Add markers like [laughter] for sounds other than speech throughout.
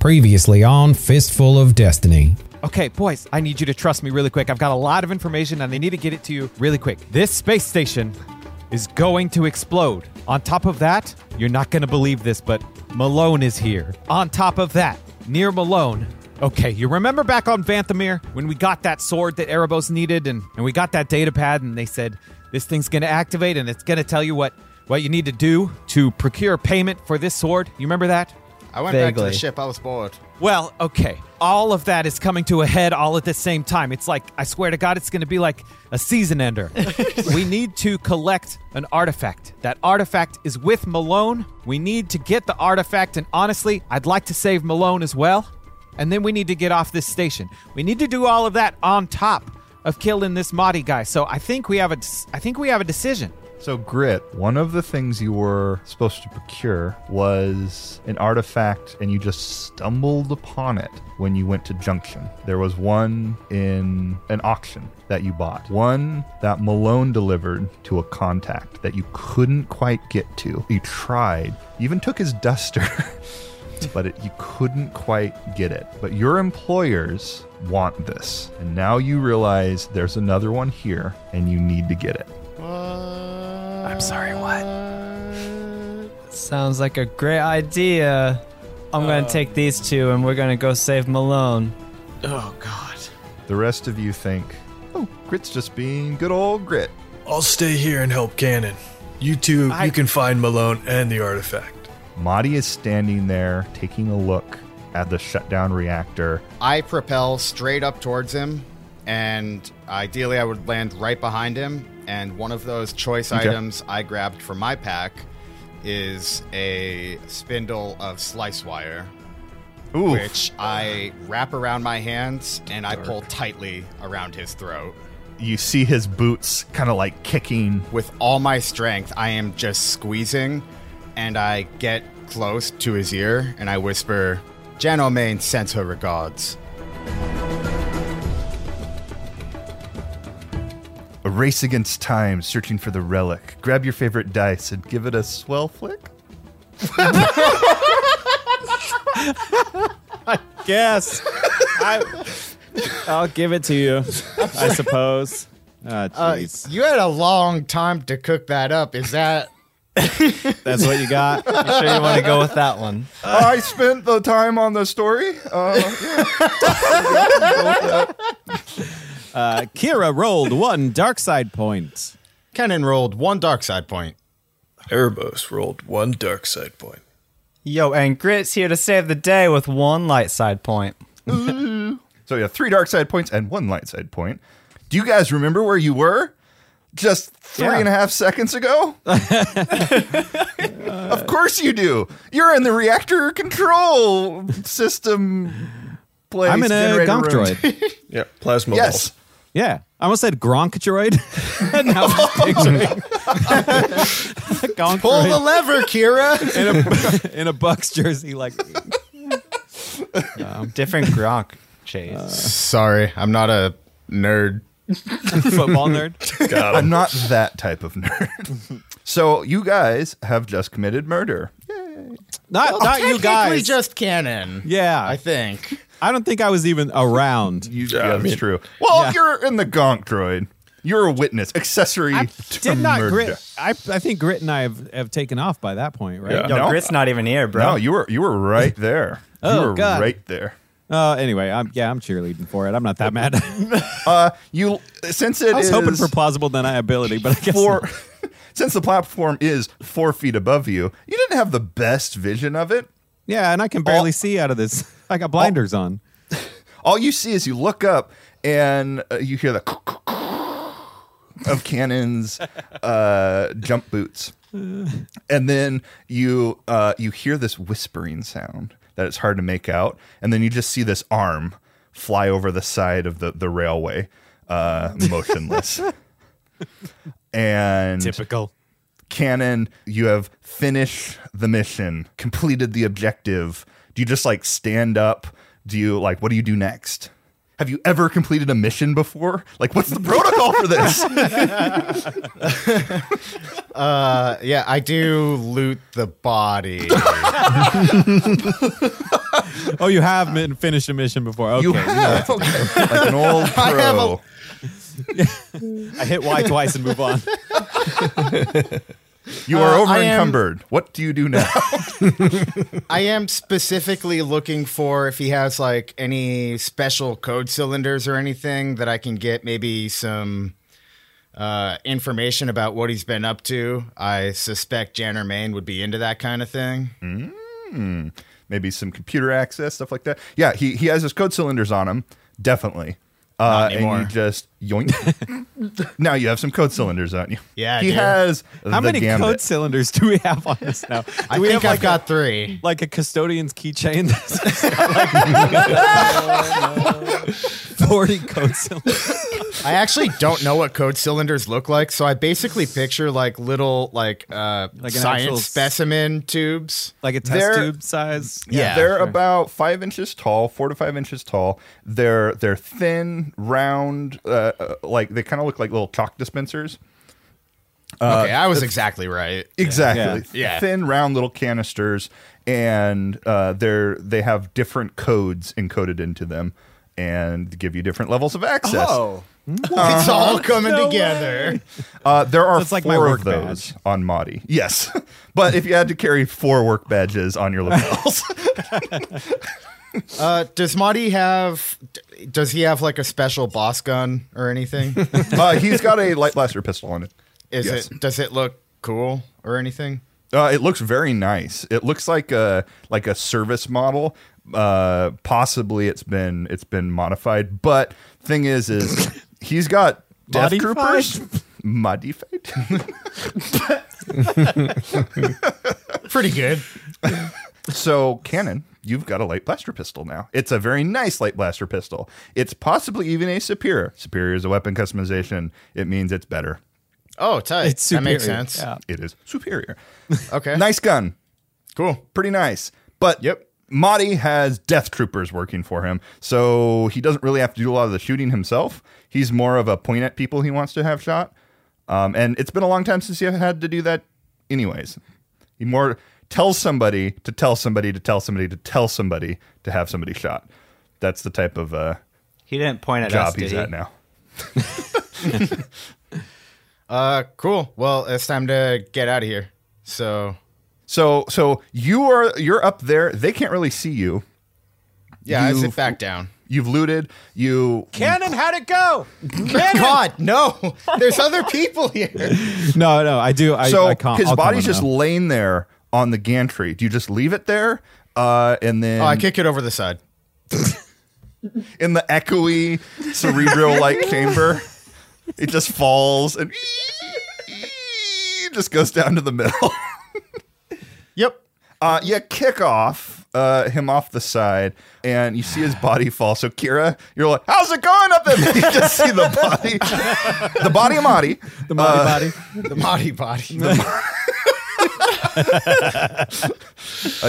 Previously on Fistful of Destiny. Okay, boys, I need you to trust me really quick. I've got a lot of information and I need to get it to you really quick. This space station is going to explode. On top of that, you're not going to believe this, but Malone is here. On top of that, near Malone. Okay, you remember back on Vanthamir when we got that sword that Erebos needed and, and we got that data pad and they said, this thing's going to activate and it's going to tell you what, what you need to do to procure payment for this sword? You remember that? I went back to the Vaguely. ship. I was bored. Well, okay. All of that is coming to a head all at the same time. It's like, I swear to God, it's going to be like a season ender. we need to collect an artifact. That artifact is with Malone. We need to get the artifact, and honestly, I'd like to save Malone as well. And then we need to get off this station. We need to do all of that on top of killing this Mahdi guy. So I think we have a, I think we have a decision. So, Grit, one of the things you were supposed to procure was an artifact, and you just stumbled upon it when you went to Junction. There was one in an auction that you bought, one that Malone delivered to a contact that you couldn't quite get to. You tried, you even took his duster. [laughs] but it, you couldn't quite get it. But your employers want this. And now you realize there's another one here and you need to get it. I'm sorry, what? what? Sounds like a great idea. I'm Uh. gonna take these two and we're gonna go save Malone. Oh God. The rest of you think, oh, Grit's just being good old Grit. I'll stay here and help Cannon. You two, I- you can find Malone and the artifact. Madi is standing there taking a look at the shutdown reactor. I propel straight up towards him, and ideally I would land right behind him. And one of those choice items I grabbed from my pack is a spindle of slice wire, Ooh. which I wrap around my hands and I pull tightly around his throat. You see his boots kind of like kicking. With all my strength, I am just squeezing, and I get close to his ear and I whisper, Jan O'Main sends her regards. A race against time, searching for the relic. Grab your favorite dice and give it a swell flick. Yes. I, I'll give it to you, I [laughs] suppose. Ah, jeez. You had a long time to cook that up. Is [laughs] that. That's what you got? You sure you wanna go with that one? I spent the time on the story. Uh, Uh, Kira rolled one dark side point. Kenan rolled one dark side point. Erebos rolled one dark side point. Yo, and Grit's here to save the day with one light side point. so you have three dark side points and one light side point. Do you guys remember where you were? Just three Yeah. and a half [laughs] seconds ago? [laughs] of course you do. You're in the reactor control system place. I'm in a generator gonk room. [laughs] droid. Yeah, plasma Yes. Yeah. I almost said gronk droid. [laughs] and now I'm picturing a gonk Pull the droid lever, Kira. [laughs] in a, in a Bucks jersey. Like, [laughs] Different Gronk. Chase. Sorry, I'm not a nerd. football nerd. I'm not that type of nerd. so you guys have just committed murder. Not, not Uh, you guys. just canon. yeah. I think. I don't think I was even around. [laughs] You, Yeah, yeah, I that's mean- true. Well, Yeah. you're in the gonk droid. You're a witness, accessory to Did not murder. Grit. I, I think Grit and I have, have taken off by that point, right? Yeah. Yo, no. Grit's not even here, bro. No, you were you were [laughs] right there. you Oh, were God. right there. Uh, anyway, I'm yeah, I'm cheerleading for it. I'm not that mad. [laughs] I Uh, you since it was hoping is- for plausible deniability, but I guess four [laughs] not. since the platform is four feet above you you didn't have the best vision of it yeah, and I can barely see out of this. I got blinders on. all you see is you look up and uh, you hear the [laughs] of cannons uh, jump boots and then you uh, you hear this whispering sound that it's hard to make out and then you just see this arm fly over the side of the, the railway uh, motionless and Typical. Canon, you have finished the mission, completed the objective. Do you just like stand up? Do you like what do you do next? Have you ever completed a mission before? Like what's the protocol for [laughs] this? Uh, [laughs] yeah, I do loot the body. Oh, you have min- finished a mission before. Okay. You have like an old pro. have a- I hit Y twice and move [laughs] on. you are Uh, I over am- encumbered. What do you do now? [laughs] I am specifically looking for if he has like any special code cylinders or anything that I can get maybe some uh, information about what he's been up to. I suspect Jan or Main would be into that kind of thing. Maybe some computer access stuff like that. Yeah, he he has his code cylinders on him. Definitely. Uh, and anymore. you just [laughs] yoink. now you have some code cylinders on you. Yeah, I he do. has. How the many gambit. code cylinders do we have on us now? Do I we think I've have like got three. like a custodian's keychain. that's [laughs] got, like, [laughs] Forty code cylinders. I actually don't know what code cylinders look like, so I basically picture like little like uh Like an actual science s- specimen tubes. like a test They're- tube size. Yeah. they're about five inches tall, four to five inches tall. They're they're thin, round, uh, uh, like they kind of look like little chalk dispensers. okay, I was exactly [laughs] right. Exactly. Yeah. Yeah. Thin, round little canisters, and uh, they're they have different codes encoded into them, and give you different levels of access. It's [laughs] all coming together. Uh, there are That's like my four work of those on Madi. Yes, [laughs] but if you had to carry four work badges on your lapels, Uh, does Marty have? d- Does he have like a special boss gun or [laughs] anything? uh, he's got a light blaster pistol on it. Is Yes. it? Does it look cool or anything? Uh, it looks very nice. It looks like a like a service model. Uh, possibly it's been it's been modified, but thing is, [coughs] is he's got death Modified? troopers modified. [laughs] Pretty good. so cannon, you've got a light blaster pistol now. It's a very nice light blaster pistol. It's possibly even a superior. Superior is a weapon customization. It means it's better. Oh, tight. It's that makes superior, sense. yeah. It is superior. Okay. nice gun. Cool. pretty nice. But Yep. Madi has death troopers working for him, so he doesn't really have to do a lot of the shooting himself. He's more of a point at people he wants to have shot. Um, and it's been a long time since he had to do that, anyways. He more tells somebody to tell somebody to tell somebody to tell somebody to have somebody shot. That's the type of uh, He didn't point at job us, did he's he? at now. Uh, cool. Well, it's time to get out of here. So So, so you are you're up there. They can't really see you. yeah, I You- sit back down. You've looted. You Cannon, how'd it go? [laughs] God, no! There's other people here. No, no, I do. I, so I can't. his I'll come body's in just now. laying there on the gantry. Do you just leave it there? Uh, and then Oh, I kick it over the side. in the echoey cerebral like [laughs] chamber, it just falls and just goes down to the middle. [laughs] Yep. Uh, you kick off uh, him off the side, and you see his body fall. So Kira, you're like, "How's it going up there?" [laughs] you just see the body, the body of Marty. [laughs] the body, body. The body, body. [laughs] Uh,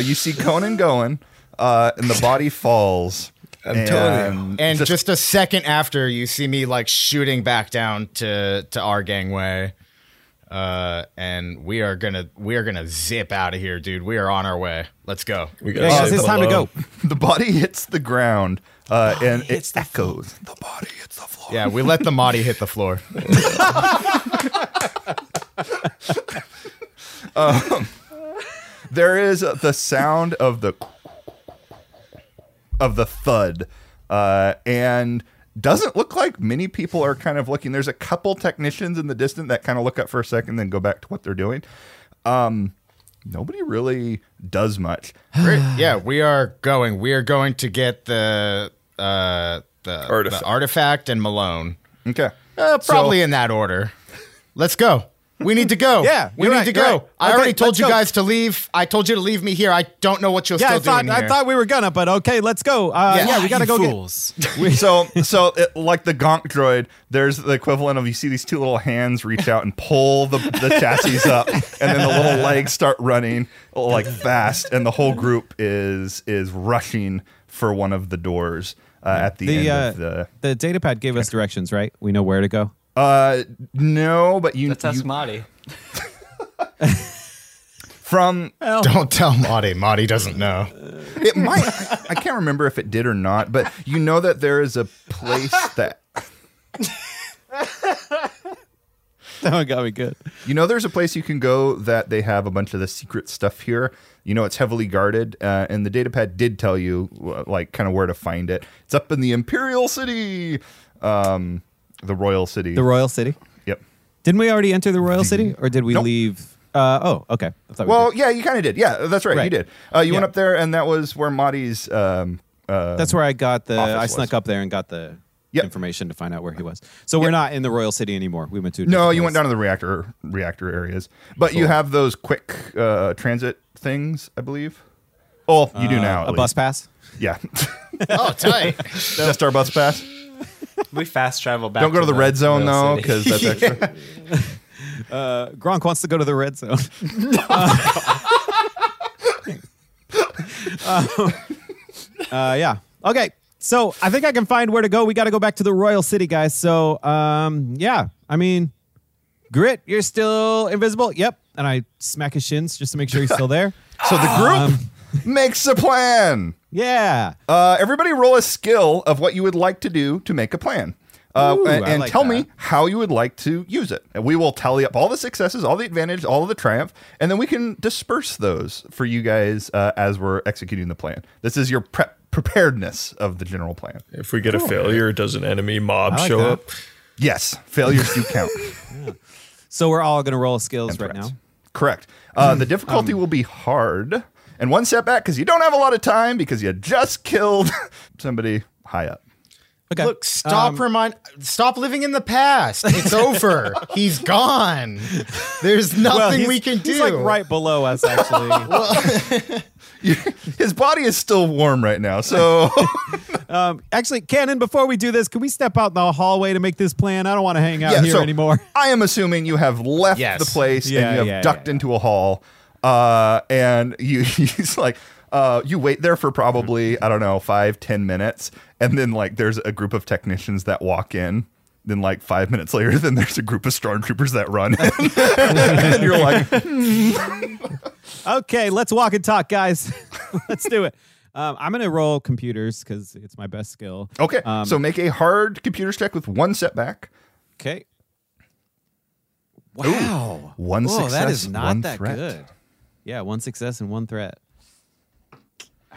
you see Conan going, uh, and the body falls. I'm telling you. and And Um, just, a second after, you see me like shooting back down to to our gangway, uh, and we are gonna we are gonna zip out of here, dude. We are on our way. Let's go. We gotta Yeah, guys, save it's time to Malone. go. the body hits the ground uh, and it echoes. The body hits the floor. Yeah, we let the Mahdi hit the [laughs] floor. There is uh, the sound of the of the thud, uh, and doesn't look like many people are kind of looking. There's a couple technicians in the distance that kind of look up for a second, then go back to what they're doing. Um, nobody really does much. We're- yeah, we are going. We are going to get the uh, the Artifact. the artifact and Malone. Okay, Uh, probably So- in that order. Let's go. We need to go. Yeah, we you're need right, to you're go. right. I Okay, already told let's you go. guys to leave. I told you to leave me here. I don't know what you're Yeah, I still thought doing here. I [laughs] thought we were gonna, but okay, let's go. Uh, yeah, Yeah. we gotta go get. get. so so it, like the Gonk droid, there's the equivalent of you see these two little hands reach out and pull the, the chassis up, and then the little legs start running like fast, and the whole group is is rushing for one of the doors uh, at the, The end uh, of the. the data pad gave us directions, right? We know where to [laughs] go. Uh, no, but you, That's us, you- Marty. from Don't tell Marty. Marty doesn't know. It might. I, I can't remember if it did or not, but you know that there is a place that That one got me Oh, good. you know there's a place you can go that they have a bunch of the secret stuff here. You know it's heavily guarded, uh, and the datapad did tell you uh, like kind of where to find it. It's up in the Imperial City, um, the Royal City. The Royal City. yep. Didn't we already enter the Royal [laughs] City, or did we Nope. leave? Uh, oh, okay. I thought we Well, did. yeah, you kind of did. Yeah, that's right. You Right. did. Uh, you went Yeah. up there, and that was where Marty's. Um, uh, that's where I got the. office I was. snuck up there and got the Yep. information to find out where he was. So we're not in the Royal City anymore. We went to a No, different you went place. down to the reactor reactor areas, but you Cool. have those quick uh, transit things, I believe. Oh, you do Uh, now. at a bus least. pass. Yeah, [laughs] Oh, tight. just our bus pass. We fast travel back. Don't go to the red zone though, Royal because [laughs] City. that's [laughs] extra. Uh, Gronk wants to go to the red [laughs] zone. [laughs] Uh, yeah. Okay. So I think I can find where to go. We got to go back to the Royal City, guys. So um, yeah. I mean, Grit, you're still invisible. Yep. And I smack his shins just to make sure he's still [laughs] there. Um, So the group makes a plan. Yeah. Uh, everybody, roll a skill of what you would like to do to make a plan. Uh, Ooh, and I and like tell that. me how you would like to use it. And we will tally up all the successes, all the advantages, all of the triumph, and then we can disperse those for you guys uh, as we're executing the plan. This is your prep preparedness of the general plan. If we get a failure, does an enemy mob like show that. up? Yes, failures [laughs] do count. So we're all gonna roll skills and right threats. now. Hmm. Um, Correct. Uh, the difficulty will be hard and one setback because you don't have a lot of time because you just killed [laughs] somebody high up. Okay. Uh, Look, stop remind stop living in the past. It's over. he's gone. There's nothing we can do. He's like right below us, actually. [laughs] [laughs] His body is still warm right [laughs] now, so um, actually, Cannon, before we do this, can we step out in the hallway to make this plan? I don't want to hang out [laughs] Yeah, here so anymore. [laughs] I am assuming you have left Yes. the place Yeah, and you have yeah, ducked yeah, into a hall, uh, and [laughs] you he's like. Uh, you wait there for Mm-hmm. probably I don't know five ten minutes, and then like there's a group of technicians that walk in. Then like five minutes later, [laughs] then there's a group of stormtroopers that run, in. [laughs] and you're [laughs] like, Okay, let's walk and talk, guys. [laughs] let's do it. Um, I'm gonna roll computers because it's my best skill. okay. Um, so make a hard computers check with one setback, okay. Wow. one Whoa, that success, is not one that threat. good. Yeah, one success and one threat.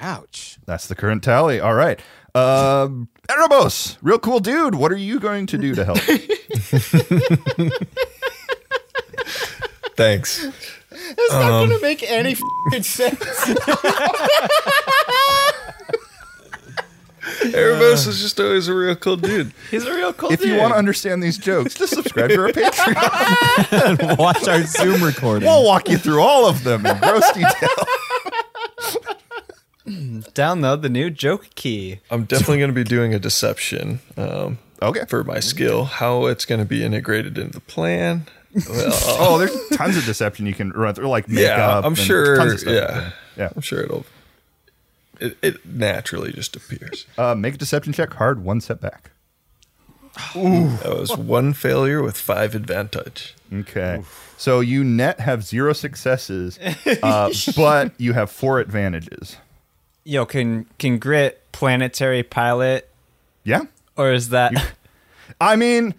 Ouch. That's the current tally. All right. Um, Erebos, real cool dude. What are you going to do to [laughs] help? Thanks. It's not gonna make any f***ing sense. Erebos is just always a real cool dude. He's a real cool if you dude. want to understand these jokes, just subscribe [laughs] to our [laughs] Patreon. Watch our Zoom recording. We'll walk you through all of them in [laughs] gross detail. download the new joke key. I'm definitely going to be doing a deception um, Okay. for my skill. How it's going to be integrated into the plan? Well, Oh, there's tons of deception you can run through, like makeup. yeah, I'm and sure. Tons of stuff. yeah, Yeah. I'm sure it'll. It, it naturally just appears. Uh, make a deception check. Hard. One setback. That was one failure with five advantage. Okay. So you net have zero successes, [laughs] uh, but you have four advantages. Yo, can can grit planetary pilot, Yeah. or is that I mean,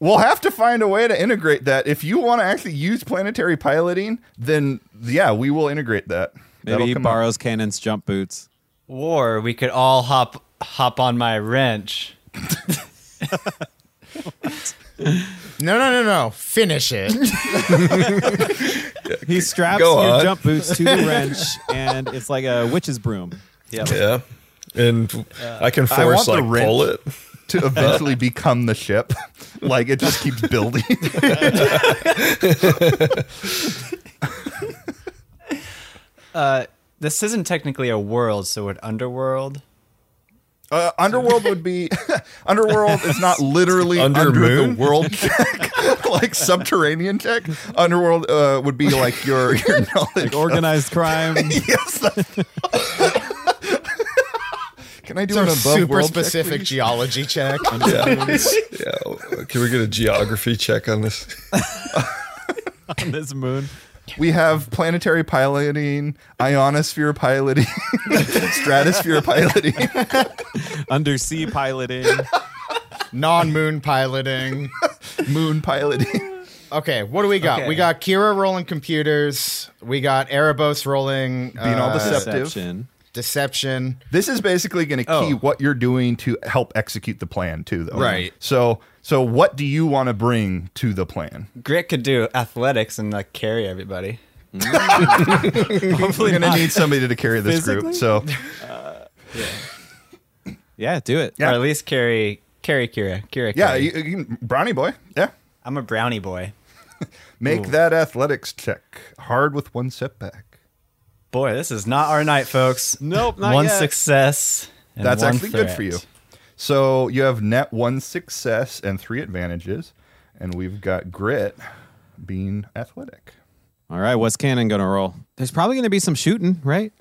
we'll have to find a way to integrate that. If you want to actually use planetary piloting, then yeah, we will integrate that. Maybe he come out. borrows Cannon's jump boots. [laughs] war? We could all hop hop on my wrench. No, no, no, no. Finish [laughs] it. He straps Go your on. jump boots to the [laughs] wrench, and it's like a witch's broom. Yeah, and I can I want force the like wrench. pull it. [laughs] to eventually become the ship. [laughs] Like it just keeps building. [laughs] Uh, this isn't technically a world, so would underworld. Uh, underworld would be [laughs] underworld is not literally under, Under the moon? world check, [laughs] like subterranean check. Underworld uh, would be like your [laughs] your knowledge. Like organized crime. [laughs] yes. that's- Can I do an Some above super world specific Check, geology check. Yeah. [laughs] yeah. Can we get a geography check on this? on [laughs] this moon. We have planetary piloting, ionosphere piloting, [laughs] stratosphere piloting. Undersea piloting. non-moon piloting. moon piloting. [laughs] Okay, what do we got? Okay. We got Kira rolling computers. We got Erebos rolling Being all uh, deceptive. Deception. deception. This is basically going to key Oh. what you're doing to help execute the plan too, though. Right. So, so what do you want to bring to the plan? Grit could do athletics and like carry everybody. Mm. [laughs] We're going to need somebody to carry this group. So, Yeah, do it. Yeah. Or at least carry carry Kira. Kira. yeah, carry. you, you can- brownie boy. Yeah. I'm a brownie boy. Make that athletics check hard with one setback. Boy, this is not our night, folks. Nope, not one yet. success. And That's one actually good for you. threat. So you have net one success and three advantages, and we've got grit being athletic. All right, what's Cannon gonna roll? There's probably gonna be some shooting, right?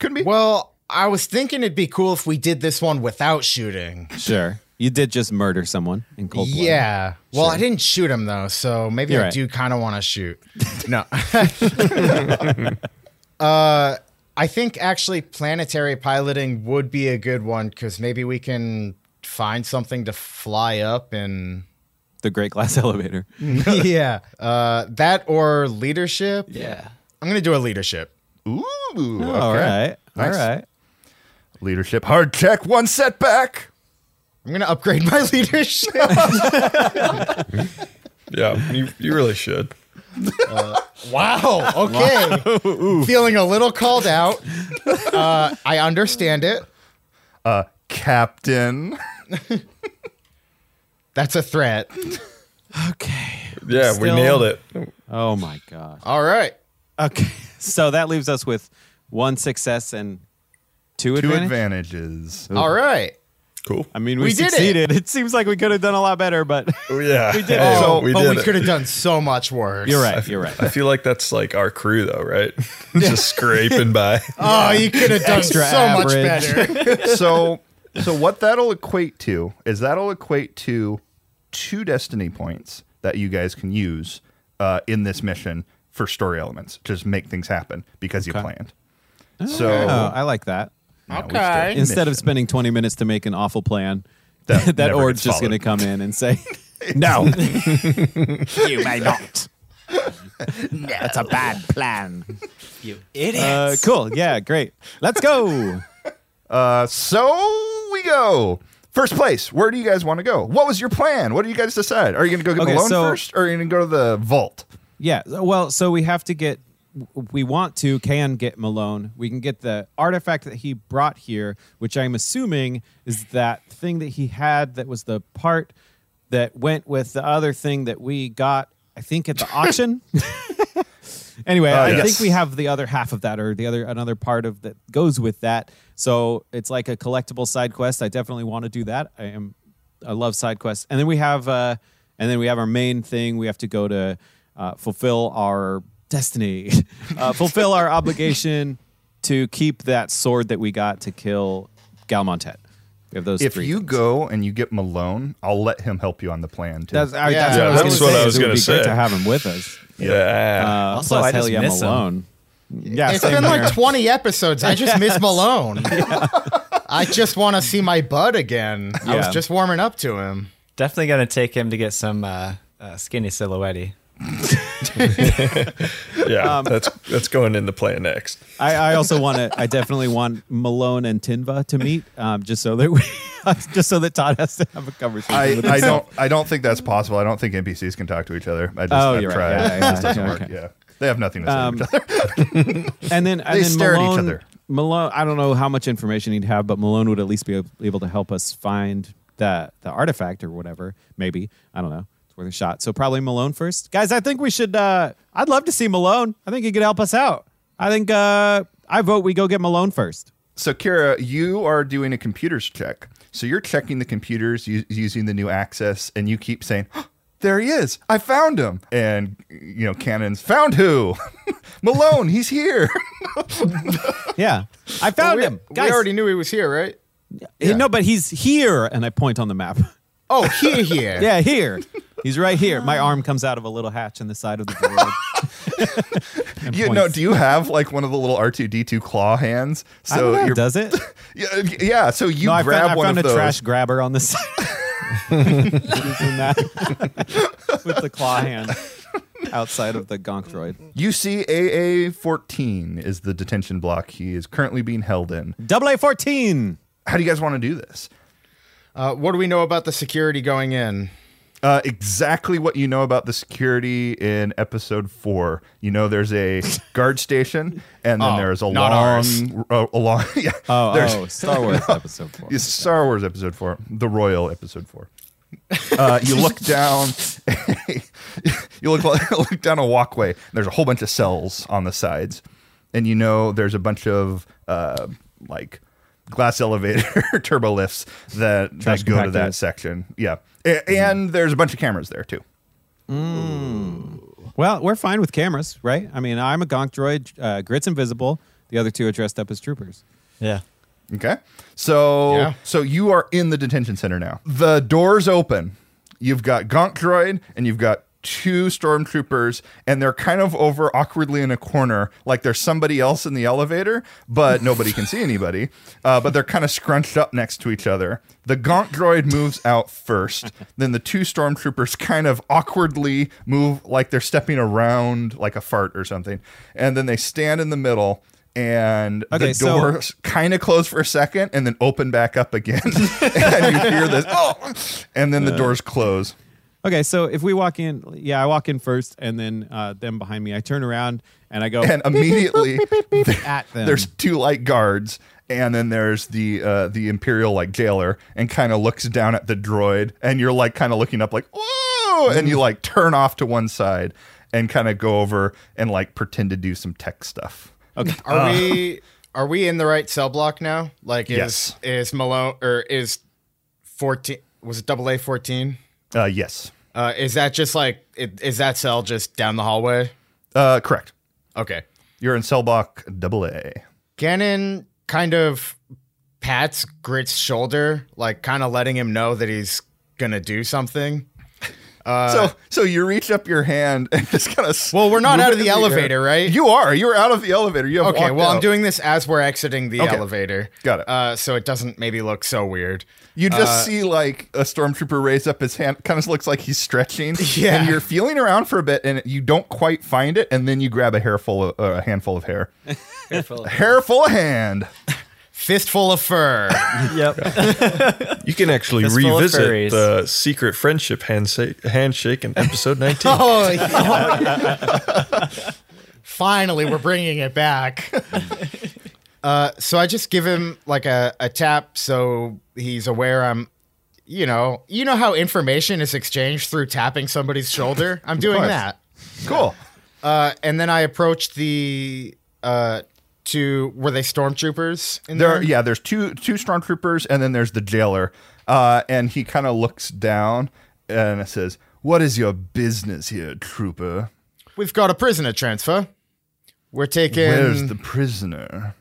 Could be. Well, I was thinking it'd be cool if we did this one without shooting. Sure. You did just murder someone in cold blood. Yeah. Well, I didn't shoot him though, so maybe You're I right. do kind of want to shoot. No. uh, I think actually planetary piloting would be a good one because maybe we can find something to fly up and The Great Glass [laughs] Elevator. yeah, uh, that or leadership. Yeah. I'm gonna do a leadership. Ooh. okay. All right. Nice. All right. Leadership hard check one setback. I'm gonna upgrade my [laughs] leadership. [laughs] Yeah, you, you really should. wow. [laughs] Okay. Feeling a little called out. Uh, I understand it. Captain. That's a threat. Okay. Yeah, we Still- nailed it. Oh my god. All right. Okay. [laughs] So that leaves us with one success and two, Two advantage? advantages. All right. Cool. I mean, we, We did it. succeeded. It. seems like we could have done a lot better, but [laughs] Oh, yeah. We did it. Oh, we but did we it. could have done so much worse. you're right. You're right. [laughs] I feel like that's like our crew, though, right? [laughs] Just scraping by. Oh, you could have done so Extra much average. [laughs] better. so so what that'll equate to is that'll equate to two destiny points that you guys can use uh, in this mission for story elements just make things happen because you planned so Oh, I like that. now we Okay. start the Instead mission. of spending 20 minutes to make an awful plan, [laughs] that, That never org's gets just followed. going to come in and say, [laughs] [laughs] No, you may not. That's a bad plan. Idiot. Uh, cool. Yeah, great. Let's go. [laughs] uh, so we go first place where do you guys want to go what was your plan what do you guys decide are you gonna go get Okay, Malone so- first or are you gonna go to the vault Yeah. Well, so we have to get, we want to, can get Malone. We can get the artifact that he brought here, which I'm assuming is that thing that he had that was the part that went with the other thing that we got, I think, [laughs] at the auction. Oh, anyway, I yes. think we have the other half of that or the other, another part of that goes with that. So it's like a collectible side quest. I definitely want to do that. I am I love side quests. And then we have uh and then we have our main thing. We have to go to uh, fulfill our destiny, [laughs] uh, fulfill our obligation to keep that sword that we got to kill Galmontet. We have those if three. you things. go and you get malone i'll let him help you on the plan too that's, I- Yeah, that's what, that's I was, what I was going gonna to say. Great to have him with us. Yeah. Uh, Also, plus, I just hell yeah, miss him. Malone. Yeah, It's same been here. like 20 episodes. I just [laughs] miss Malone. I just want to see my bud again. I was Yeah. just warming up to him. Definitely gonna take him to get some uh, uh, skinny silhouette. yeah. that's that's going in the plan next. I, I also want to. I definitely want Malone and Tinva to meet, um, just so that we, [laughs] just so that Todd has to have a conversation. I, with [laughs] I himself. don't I don't think that's possible. I don't think NPCs can talk to each other. I just Oh, I've you're right. tried. Yeah, it yeah, just doesn't yeah, work. okay. Yeah, they have nothing to say Um, to each other. [laughs] And then and They then stare at each Malone, other. Malone, I don't know how much information he'd have, but Malone would at least be ab- able to help us find that the artifact or whatever. Maybe I don't know. It's worth a shot. So probably Malone first, guys. I think we should. Uh, I'd love to see Malone. I think he could help us out. I think uh, I vote we go get Malone first. So Kira, you are doing a computers check. So you're checking the computers u- using the new access, and you keep saying, "There he is! I found him!" And you know, Cannon's found who? [laughs] Malone. He's here. [laughs] Yeah, I found we, him, guys. we already knew he was here, right? No, but he's here, and I point on the map. [laughs] Oh, here, here. Yeah, here. He's right here. My arm comes out of a little hatch in the side of the [laughs] board. And You know, points. do you have like one of the little R two D two claw hands? I don't So know, you're, does [laughs] it? yeah, yeah. So you no, I grab found, I one found of a those. trash grabber on the [laughs] side. Using that with the claw hand outside of the gonk droid. UCAA fourteen is the detention block he is currently being held in. Double A fourteen. How do you guys want to do this? Uh, what do we know about the security going in? Uh, exactly what you know about the security in episode four. You know, there's a guard station, and then Oh, there's a not long, ours. uh, a long. [laughs] Yeah, Oh, there's oh, [laughs] Star [laughs] Wars episode four. it's Star Wars episode four, the Royal episode four. Uh, [laughs] you look down. [laughs] you look look down a walkway. And there's a whole bunch of cells on the sides, and you know there's a bunch of uh, like glass elevator [laughs] turbo lifts that, Trash that go to that compactors. Mm-hmm. section. Yeah, A- and there's a bunch of cameras there too. Well, we're fine with cameras, right? I mean, I'm a gonk droid. Uh, Grit's invisible. The other two are dressed up as troopers. Yeah. Okay. So Yeah. so you are in the detention center now. The doors open. You've got Gonk Droid and you've got two stormtroopers and they're kind of over awkwardly in a corner like there's somebody else in the elevator but nobody can see anybody uh, but they're kind of scrunched up next to each other the gonk droid moves out first then the two stormtroopers kind of awkwardly move like they're stepping around like a fart or something and then they stand in the middle and Okay, the so- door kind of close for a second and then open back up again. [laughs] and you hear this, oh, and then the doors close. Okay, so if we walk in, yeah, I walk in first, and then uh, them behind me. I turn around and I go And immediately there- at them. there's two light guards, and then there's the uh, the imperial like jailer, and kind of looks down at the droid, and you're like kind of looking up like whoa, and you like turn off to one side and kind of go over and like pretend to do some tech stuff. Are we [laughs] are we in the right cell block now? Like, is Yes. is Malone or is fourteen? Was it double A fourteen? Uh, yes, Uh, is that just like it, is that cell just down the hallway? uh, correct. Okay, You're in cell block double A. Gannon kind of pats Grit's shoulder, like kind of letting him know that he's gonna do something. so so you reach up your hand and [laughs] just kind of Uh, Well, we're not out of the elevator, right? you are you're out of the elevator you have okay, walked well, I'm out. doing this as we're exiting the Okay. elevator. Got it. Uh, so it doesn't maybe look so weird. you just uh, see like a stormtrooper raise up his hand kind of looks like he's [laughs] stretching yeah and you're feeling around for a bit and you don't quite find it and then you grab a hairful of, uh, a handful of [laughs] hair hairful of hand Fistful of fur. [laughs] Yep. [laughs] You can actually Fistful of furries. revisit the secret friendship handshake, handshake in episode 19. oh, [laughs] yeah. Finally, we're bringing it back. [laughs] uh, so I just give him like a, a tap so he's aware I'm, you know, you know how information is exchanged through tapping somebody's [laughs] shoulder? I'm doing course. that. [laughs] cool Uh, and then I approached the uh, two. Were they stormtroopers? In There, there, are, yeah. There's two two stormtroopers, and then there's the jailer. Uh, and he kind of looks down and says, "What is your business here, trooper? We've got a prisoner transfer. We're taking. Where's the prisoner?"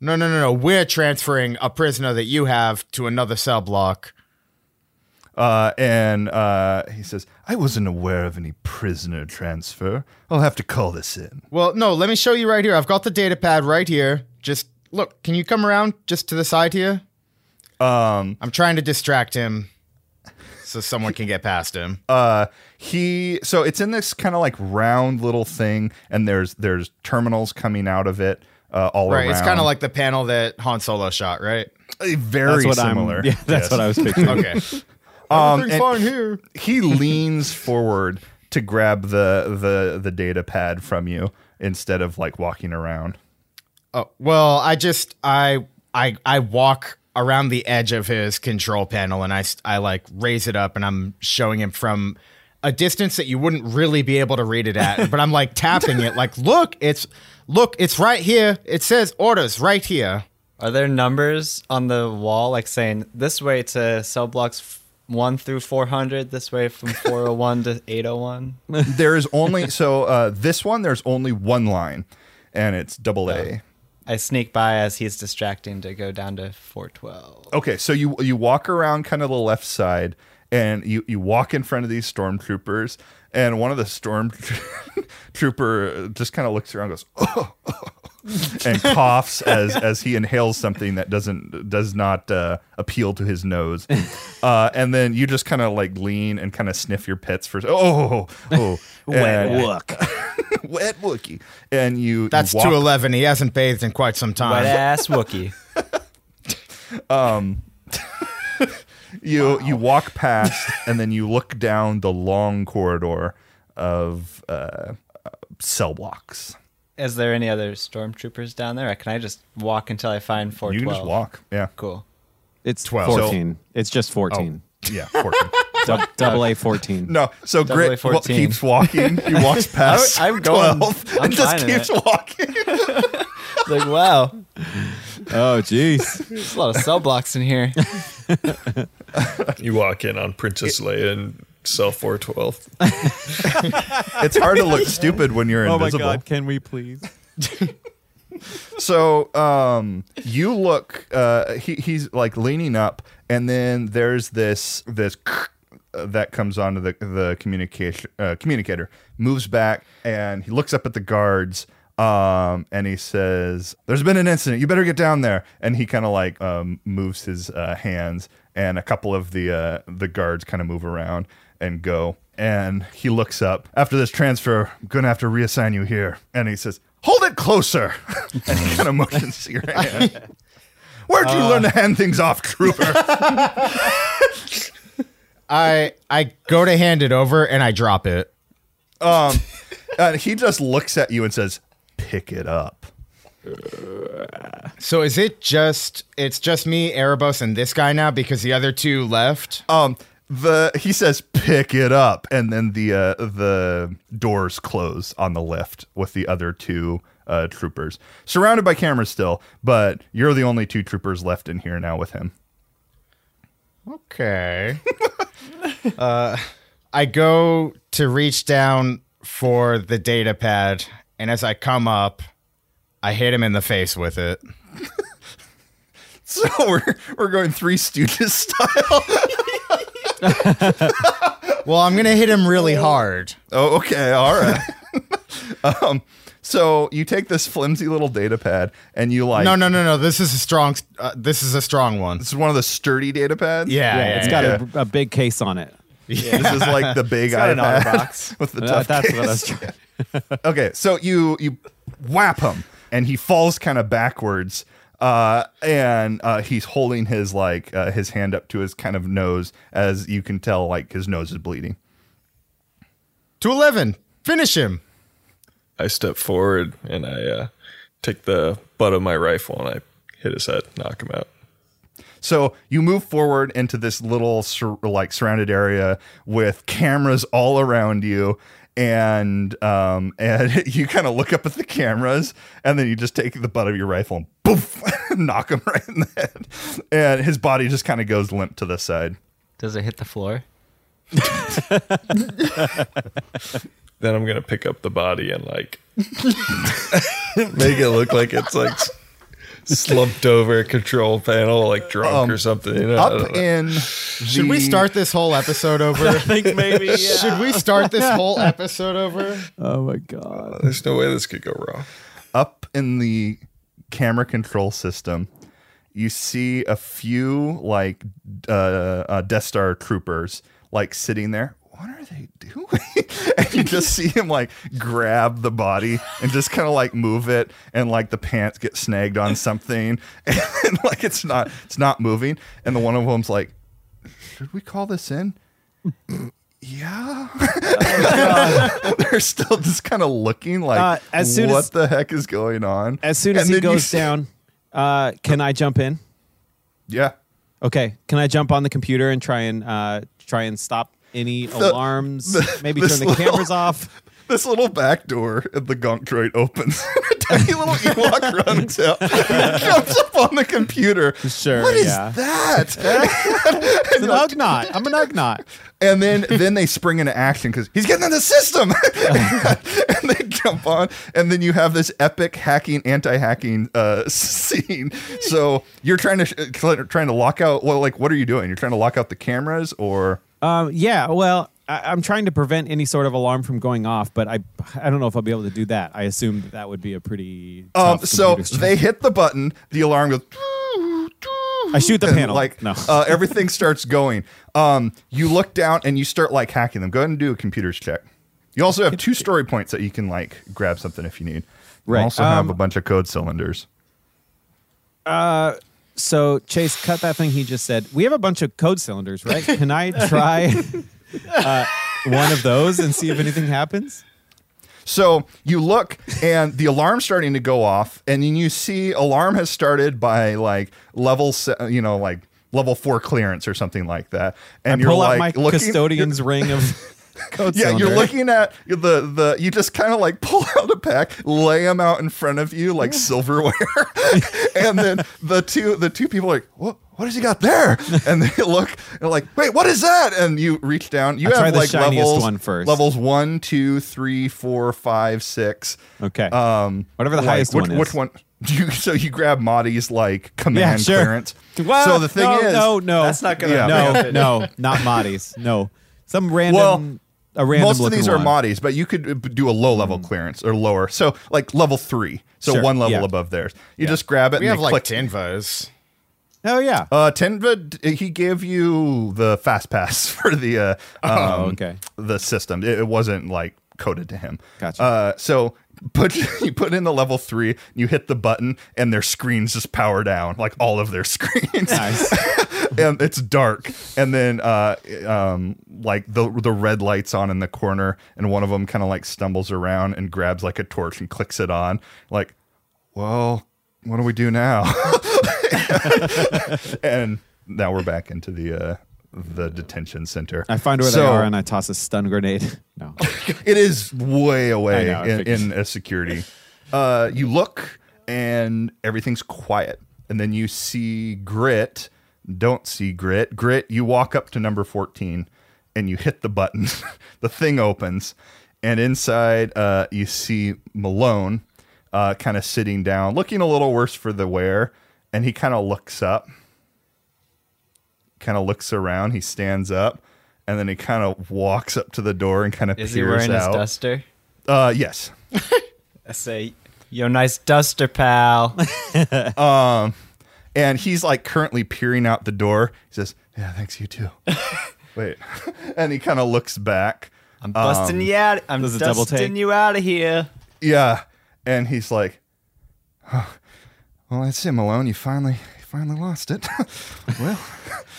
no, no, no, no. We're transferring a prisoner that you have to another cell block. Uh, and uh, he says, "I wasn't aware of any prisoner transfer. I'll have to call this in." Well, no. Let me show you right here. I've got the data pad right here. Just look. Can you come around just to the side here? Um, I'm trying to distract him so someone can get past [laughs] him. uh he so it's in this kind of like round little thing and there's there's terminals coming out of it uh, all right. around It's kind of like the panel that Han Solo shot. Right. Uh, very that's what similar I'm. [laughs] Yeah, that's Yes. what I was picturing. Okay. [laughs] Um, Everything's and- fine here. [laughs] he leans forward to grab the the the data pad from you instead of like walking around. [laughs] Oh, well, I just I I I walk around the edge of his control panel and I s- I, like raise it up and I'm showing him from a distance that you wouldn't really be able to read it at, but I'm like tapping it like look, it's look, it's right here. It says orders right here. Are there numbers on the wall like saying this way to cell blocks f- 1 through 400, this [laughs] way from 401 to 801? There is only so uh, this one. There's only one line, and it's double A. I sneak by as he's distracting to go down to 412. Okay, so you you walk around kind of the left side, and you you walk in front of these stormtroopers, and one of the storm trooper just kind of looks around, and goes, [laughs] oh, and coughs as as he inhales something that doesn't does not uh, appeal to his nose, uh, and then you just kind of like lean and kind of sniff your pets for oh oh, oh and- Look. [laughs] wet Wookie, and you you That's walk- two eleven. He hasn't bathed in quite some time. [laughs] Wet ass Wookie. you you walk past [laughs] and then you look down the long corridor of uh, uh, cell blocks. Is there any other stormtroopers down there? Or can I just walk until I find four You twelve? can just walk. Yeah. Cool. It's 12. 14. it's just 14. Yeah. 14. Dou- double A 14. No, so Double Grit A14. wa- keeps walking. [laughs] He walks past I'm going- 12 I'm and just finding keeps it. [laughs] walking. Like wow, [laughs] Oh, jeez. there's a lot of cell blocks in here. You walk in on Princess Leia and cell 412. It's hard to look stupid when you're Oh, my invisible. God. Can we please? So um, you look. Uh, he, he's like leaning up, and then there's this this [laughs] that comes onto the the communication uh, communicator. Moves back, and he looks up at the guards. Um, and he says, "There's been an incident. You better get down there." And he kind of like um, moves his uh, hands, and a couple of the uh, the guards kind of move around and go. And he looks up. After this transfer, I'm gonna have to reassign you here. And he says, "Hold it closer." [laughs] and he kind of motions to your hand. Where'd you learn to hand things off, trooper? I I go to hand it over and I drop it. and he just looks at you and says, "Pick it up." So is it just it's just me, Erebos, and this guy now because the other two left? Um, the he says, "Pick it up," and then the uh, the doors close on the lift with the other two uh, troopers, surrounded by cameras still. But you're the only two troopers left in here now with him. [laughs] Okay. [laughs] uh, I go to reach down for the data pad, and as I come up, I hit him in the face with it. So we're we're going Three Stooges style. Well, I'm gonna hit him really hard. [laughs] Oh, okay. All right. [laughs] um, so you take this flimsy little data pad and you like No, no, no, no. This is a strong. Uh, this is a strong one. This is one of the sturdy data pads. Yeah, Yeah, yeah, it's got a, a big case on it. This is [laughs] like the big got an iPad honor box. [laughs] with the Uh, tough that's case. what I was trying [laughs] Okay, so you you whap him and he falls kind of backwards. Uh, and uh, he's holding his like uh, his hand up to his kind of nose, as you can tell, like his nose is bleeding. two eleven. Finish him. I step forward and I uh, take the butt of my rifle and I hit his head, knock him out. So you move forward into this little sur- like surrounded area with cameras all around you, and um, [laughs] and you kind of look up at the cameras, and then you just take the butt of your rifle and poof, [laughs] knock him right in the head, and his body just kind of goes limp to the side. [laughs] Does it hit the floor? Then I'm gonna pick up the body and like [laughs] make it look like it's like s- slumped over a control panel, like drunk or something. You know, I Up don't know. in Uh, Should we start this whole episode [laughs] over? think maybe. Should we start this whole episode over? [laughs] Oh, my [laughs] God. There's no way this could go wrong. up in the camera control system, you see a few like uh, uh, Death Star troopers like sitting there. What are they doing? [laughs] and you just see him like grab the body and just kind of like move it, and like the pants get snagged on something, [laughs] and like it's not it's not moving. And the one of them's like, "Should we call this in?" [clears throat] yeah, [laughs] they're still just kind of looking like, Oh, Uh, as soon "What as- the heck is going on?" As soon And as he then you goes see- down, uh, can I jump in? yeah. Okay. Can I jump on the computer and try and uh, try and stop any alarms? the- Maybe this turn the little- cameras off. This little back door at the gonk droid opens. [laughs] A tiny [laughs] little Ewok runs out, jumps up on the computer. Sure, What is yeah. that? It's an ugnot. I'm an ugnot. and then then they spring into action because he's getting in the system. [laughs] and they jump on, and then you have this epic hacking, anti-hacking uh, [laughs] scene. uh, So you're trying to sh- trying to lock out. Well, like what are you doing? You're trying to lock out the cameras, or Um, yeah, well, I, I'm trying to prevent any sort of alarm from going off, but I, I don't know if I'll be able to do that. I assume that, that would be a pretty. Um, tough so computer screen. they hit the button. The alarm goes. I shoot [laughs] the and, panel. Like No. uh, everything starts going. Um, you look down and you start like hacking them. Go ahead and do a computer's check. You also have two story points that you can like grab something if you need. You Right, also have um, a bunch of code cylinders. So Chase, cut that thing he just said. We have a bunch of code cylinders, [laughs] right? Can I try uh, one of those and see if anything happens? So you look and the alarm's starting to go off, and then you see alarm has started by like level, se- you know, like level four clearance or something like that. And you're Pull out like my looking, custodian's ring of code [laughs] Yeah, cylinder. you're looking at the the. You just kind of like pull [laughs] out a pack, lay them out in front of you like silverware, [laughs] and then the two the two people are like, what? What has he got there? And they [laughs] look and they're like, wait, what is that? And you reach down. You I tried have the like shiniest levels one first. levels one, two, three, four, five, six. Okay. Um, Whatever the like, highest which, one is. Which one? [laughs] You, so you grab Madi's like command sure. clearance. Well, so the thing no, is, no, no, That's not gonna Yeah. no, no, not Mahdi's. No, some random, Well, a random. most of looking these are one. Mm. moddies, but you could uh, b- do a low level clearance or lower. So like level three, so Sure, one level yeah. above theirs. You just grab it. We and have they like click. Tinvas. Oh yeah. Uh, Tenva, d- he gave you the fast pass [laughs] for the uh, um, Oh, okay. the system. It, it wasn't like coded to him. Gotcha. Uh, so put [laughs] you put in the level three, you hit the button, and their screens just power down, like all of their [laughs] screens. Nice. [laughs] and it's dark and then uh um like the the red lights on in the corner and one of them kind of like stumbles around and grabs like a torch and clicks it on like well what do we do now [laughs] and now we're back into the uh the detention center I find where So, they are and I toss a stun grenade. [laughs] [laughs] No. it is way I know, away I in, figured. in a security. Uh, you look and everything's quiet, and then you see grit. Don't see grit. Grit. You walk up to number fourteen, and you hit the button. [laughs] the thing opens, and inside uh, you see Malone, uh, kind of sitting down, looking a little worse for the wear, and he kind of looks up kind of looks around. He stands up, and then he kind of walks up to the door and kind of Is peers he wearing out. his duster? Uh, yes. I say, yo, nice duster, [laughs] pal. And he's like currently peering out the door. He says, "Yeah, thanks. You [laughs] too." Wait, [laughs] and he kind of looks back. Uh, I'm busting you out. I'm does a double dusting take? you out of here. Yeah, and he's like, oh, "Well, that's it, Malone. You finally, you finally lost it." [laughs] well,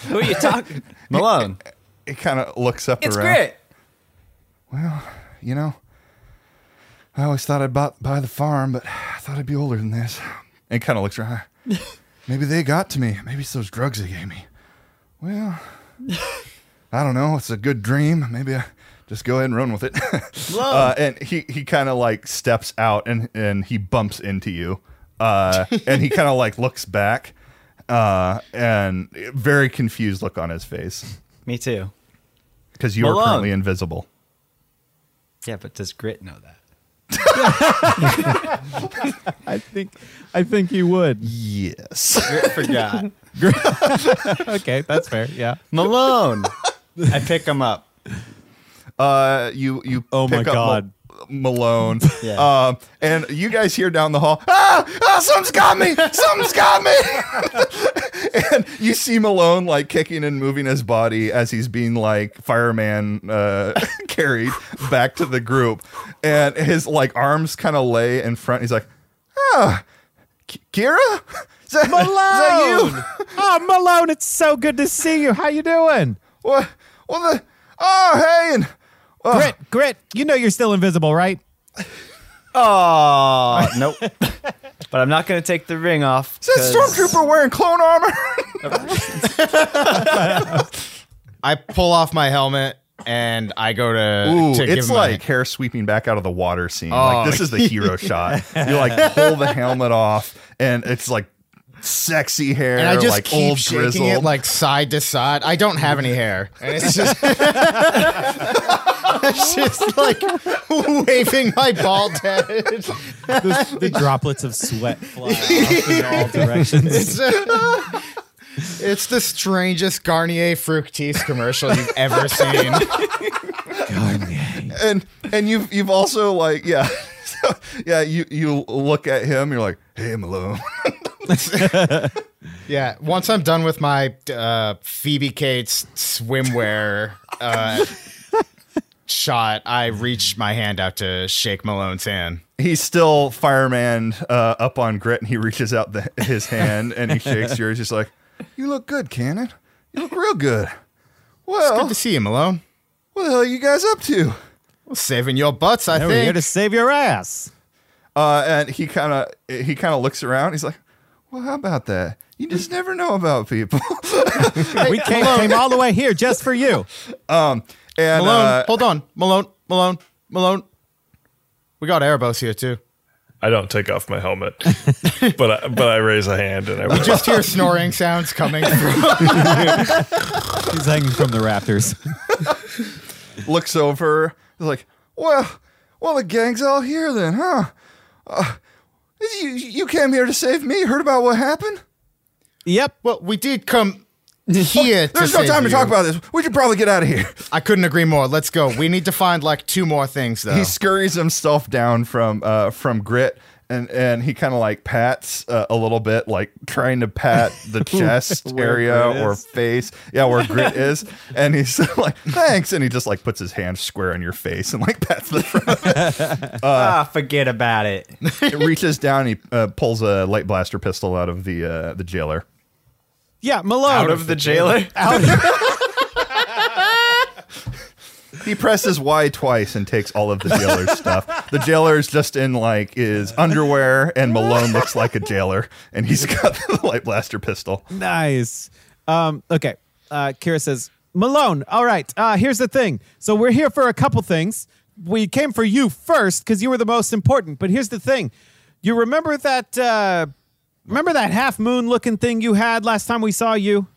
Who are you talking? [laughs] Malone. it kind of looks up It's around. great. you know, I always thought I'd bought, buy the farm, but I thought I'd be older than this. And kind of looks around. Maybe they got to me. Maybe it's those drugs they gave me. Well, I don't know. It's a good dream. Maybe I just go ahead and run with it. [laughs] uh, and he, he kind of like steps out and, and he bumps into you. Uh, and he kind of like looks back uh, and very confused look on his face Me too. because you Malone. are currently invisible. Yeah, but does Grit know that? I think, I think you would. Yes. Grit [laughs] forgot. Okay, that's fair. [laughs] Yeah. Malone. I pick him up. Uh, you you Oh pick my up Mal- God. Malone. [laughs] Yeah. Um, and you guys hear down the hall, ah, ah, something's got me, something's got me. [laughs] and you see Malone like kicking and moving his body as he's being like fireman uh, [laughs] carried back to the group, and his like arms kind of lay in front. He's like, ah, K- Kira, is that, is that you? oh, Malone, it's so good to see you. How you doing? What? Well, the oh hey and oh, Grit, Grit, you know you're still invisible, right? Oh, [laughs] nope. but I'm not going to take the ring off. is 'cause- that stormtrooper wearing clone armor? [laughs] I pull off my helmet and I go to, Ooh, to give it's him like a, hair sweeping back out of the water scene. Oh. Like this [laughs] is the hero shot. You like pull the helmet off, and it's like sexy hair, and I just like keep old shaking grizzle. it like side to side. I don't have any hair, and it's just, [laughs] it's just like [laughs] waving my bald head. [laughs] The, the droplets of sweat fly off in all directions. It's, uh, It's the strangest Garnier Fructis commercial you've ever seen. and and you've you've also like yeah [laughs] so, yeah you you look at him you're like hey Malone [laughs] yeah, once I'm done with my uh, Phoebe Cates swimwear uh, shot, I reach my hand out to shake Malone's hand. he's still fireman uh, up on grit and he reaches out the, his hand and he shakes yours he's like you look good Cannon you look real good Good well to see you, Malone. what the hell are you guys up to Saving your butts, I We're here think. to save your ass. uh, and he kind of he kind of looks around he's like well how about that you just never know about people [laughs] We came, came all the way here just for you. and Malone, uh, hold on. Malone, Malone, Malone. We got Erebos here too. I don't take off my helmet, [laughs] but I, but I raise a hand and I will. [laughs] Just Oh, hear snoring sounds coming through. He's hanging from the rafters. looks over. He's like, "Well, well, the gang's all here then, huh? Uh, you you came here to save me. Heard about what happened? yep. well, we did come here. to There's no save time to you. talk about this. We should probably get out of here." I couldn't agree more. Let's go. We need to find like two more things Oh. though. He scurries himself down from uh, from grit. And, and he kind of like pats uh, a little bit, like trying to pat [laughs] the chest area Grit or is. face, yeah, where grit [laughs] is. And he's [laughs] like, "Thanks," and he just like puts his hand square on your face and like pats the front. [laughs] ah, forget about [laughs] it. it reaches down, he uh, pulls a light blaster pistol out of the uh, the jailer. [laughs] Yeah, Malone. Out of the jailer. He presses Y twice and takes all of [laughs] the jailer's stuff. The jailer's just in like his underwear, and Malone looks like a jailer, and he's got the light blaster pistol. Nice. Um, okay. Uh, Kira says, Malone, all right, uh, here's the thing. So we're here for a couple things. We came for you first because you were the most important. But here's the thing. You remember that uh, remember that half moon looking thing you had last time we saw you?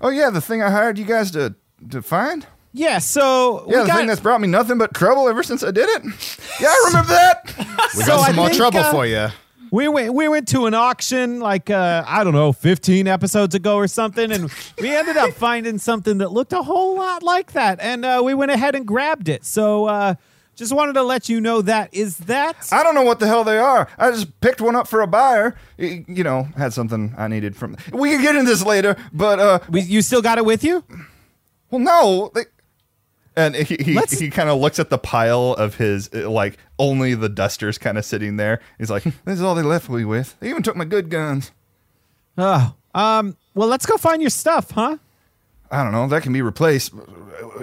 Oh yeah, the thing I hired you guys to to find. Yeah, so Yeah, we the got, thing that's brought me nothing but trouble ever since I did it. [laughs] Yeah, I remember that. we got so some I more think, trouble uh, for you. we went we went to an auction like uh, I don't know, 15 episodes ago or something, and we ended [laughs] up finding something that looked a whole lot like that, and uh, we went ahead and grabbed it. So uh, just wanted to let you know that is that. I don't know what the hell they are. I just picked one up for a buyer. Y- You know, had something I needed from. We can get into this later, but uh, we, you still got it with you? Well, no. They, and he he, Let's- he kind of looks at the pile of his uh, like only the dusters kind of sitting there. He's like, "This is all they left me with. They even took my good guns. Oh, um. Well, let's go find your stuff, huh? I don't know. That can be replaced.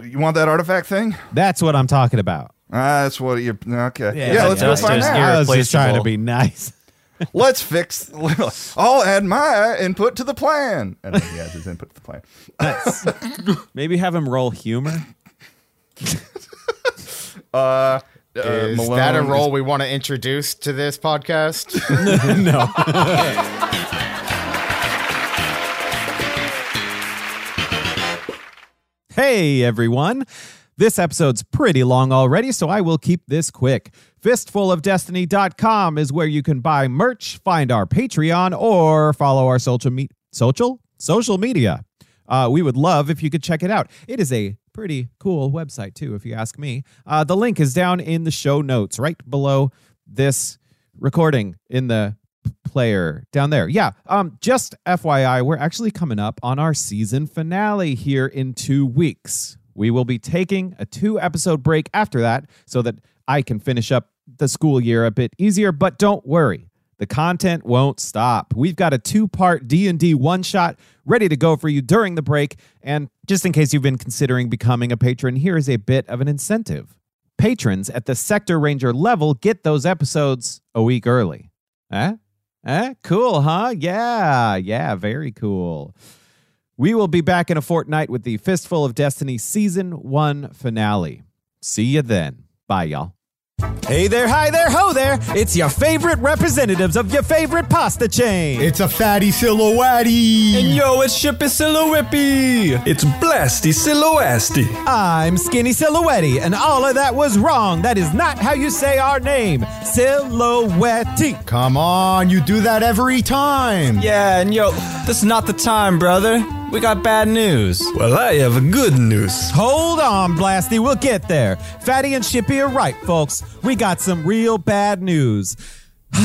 You want that artifact thing? That's what I'm talking about. Ah, that's what you. Okay. Yeah, the let's go find dusters out. here. I was just trying to Irreplaceable. be [laughs] nice. Let's fix. [laughs] I'll add my input to the plan. And then he adds his input to the plan. nice. Maybe have him roll humor. Uh, uh, Is Malone that a is- role we want to introduce to this podcast? no. hey, everyone. This episode's pretty long already, so I will keep this quick. Fistfulofdestiny.com is where you can buy merch, find our Patreon, or follow our social me- social social media. Uh, we would love if you could check it out. It is a pretty cool website too, if you ask me. Uh, the link is down in the show notes, right below this recording in the p- player down there. Yeah. Um, just FYI, we're actually coming up on our season finale here in two weeks. We will be taking a two episode break after that so that I can finish up the school year a bit easier. But don't worry, the content won't stop. We've got a two-part D&D one-shot ready to go for you during the break, and just in case you've been considering becoming a patron, here is a bit of an incentive. Patrons at the Sector Ranger level get those episodes a week early. Eh? Eh? Cool, huh? Yeah. Yeah, very cool. We will be back in a fortnight with the Fistful of Destiny season 1 finale. See you then. Bye y'all. Hey there, hi there, ho there. It's your favorite representatives of your favorite pasta chain. It's a fatty silhouette. Yo, it's Shippy Silhouette. It's Blasty Silhouette. I'm Skinny Silhouette, and all of that was wrong. That is not how you say our name. Silhouette. Come on, you do that every time. Yeah, and yo, this is not the time, brother. We got bad news. Well, I have good news. Hold on, Blasty, we'll get there. Fatty and Shippy are right, folks. We got some real bad news. [sighs]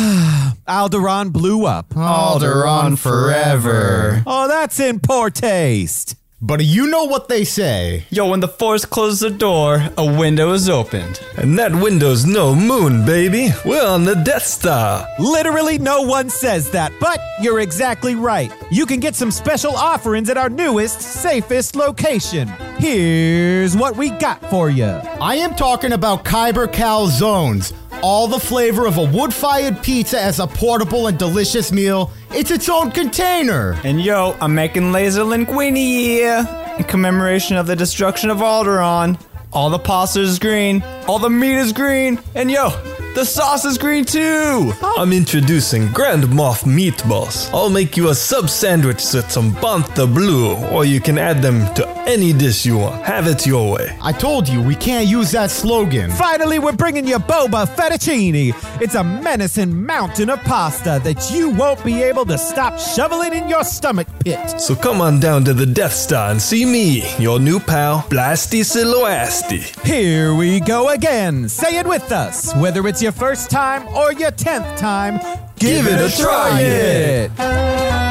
Alderon blew up. Alderon forever. Oh, that's in poor taste. But you know what they say. Yo, when the force closes the door, a window is opened. And that window's no moon, baby. We're on the Death Star. Literally no one says that, but you're exactly right. You can get some special offerings at our newest, safest location. Here's what we got for [laughs] you. I am talking about Kyber Calzones. All the flavor of a wood fired pizza as a portable and delicious meal. It's its own container. And yo, I'm making laser linguine in commemoration of the destruction of Alderaan. All the pasta is green, all the meat is green, and yo, the sauce is green too. I'm introducing Grand Moff meatballs. I'll make you a sub sandwich with some Banta Blue, or you can add them to any dish you want. Have it your way. I told you, we can't use that slogan. Finally, we're bringing you boba fettuccine. It's a menacing mountain of pasta that you won't be able to stop shoveling in your stomach pit. So come on down to the Death Star and see me, your new pal, Blasty Siloasti. Here we go again. Say it with us. Whether it's your first time or your tenth time, give, it, a try. it. [laughs]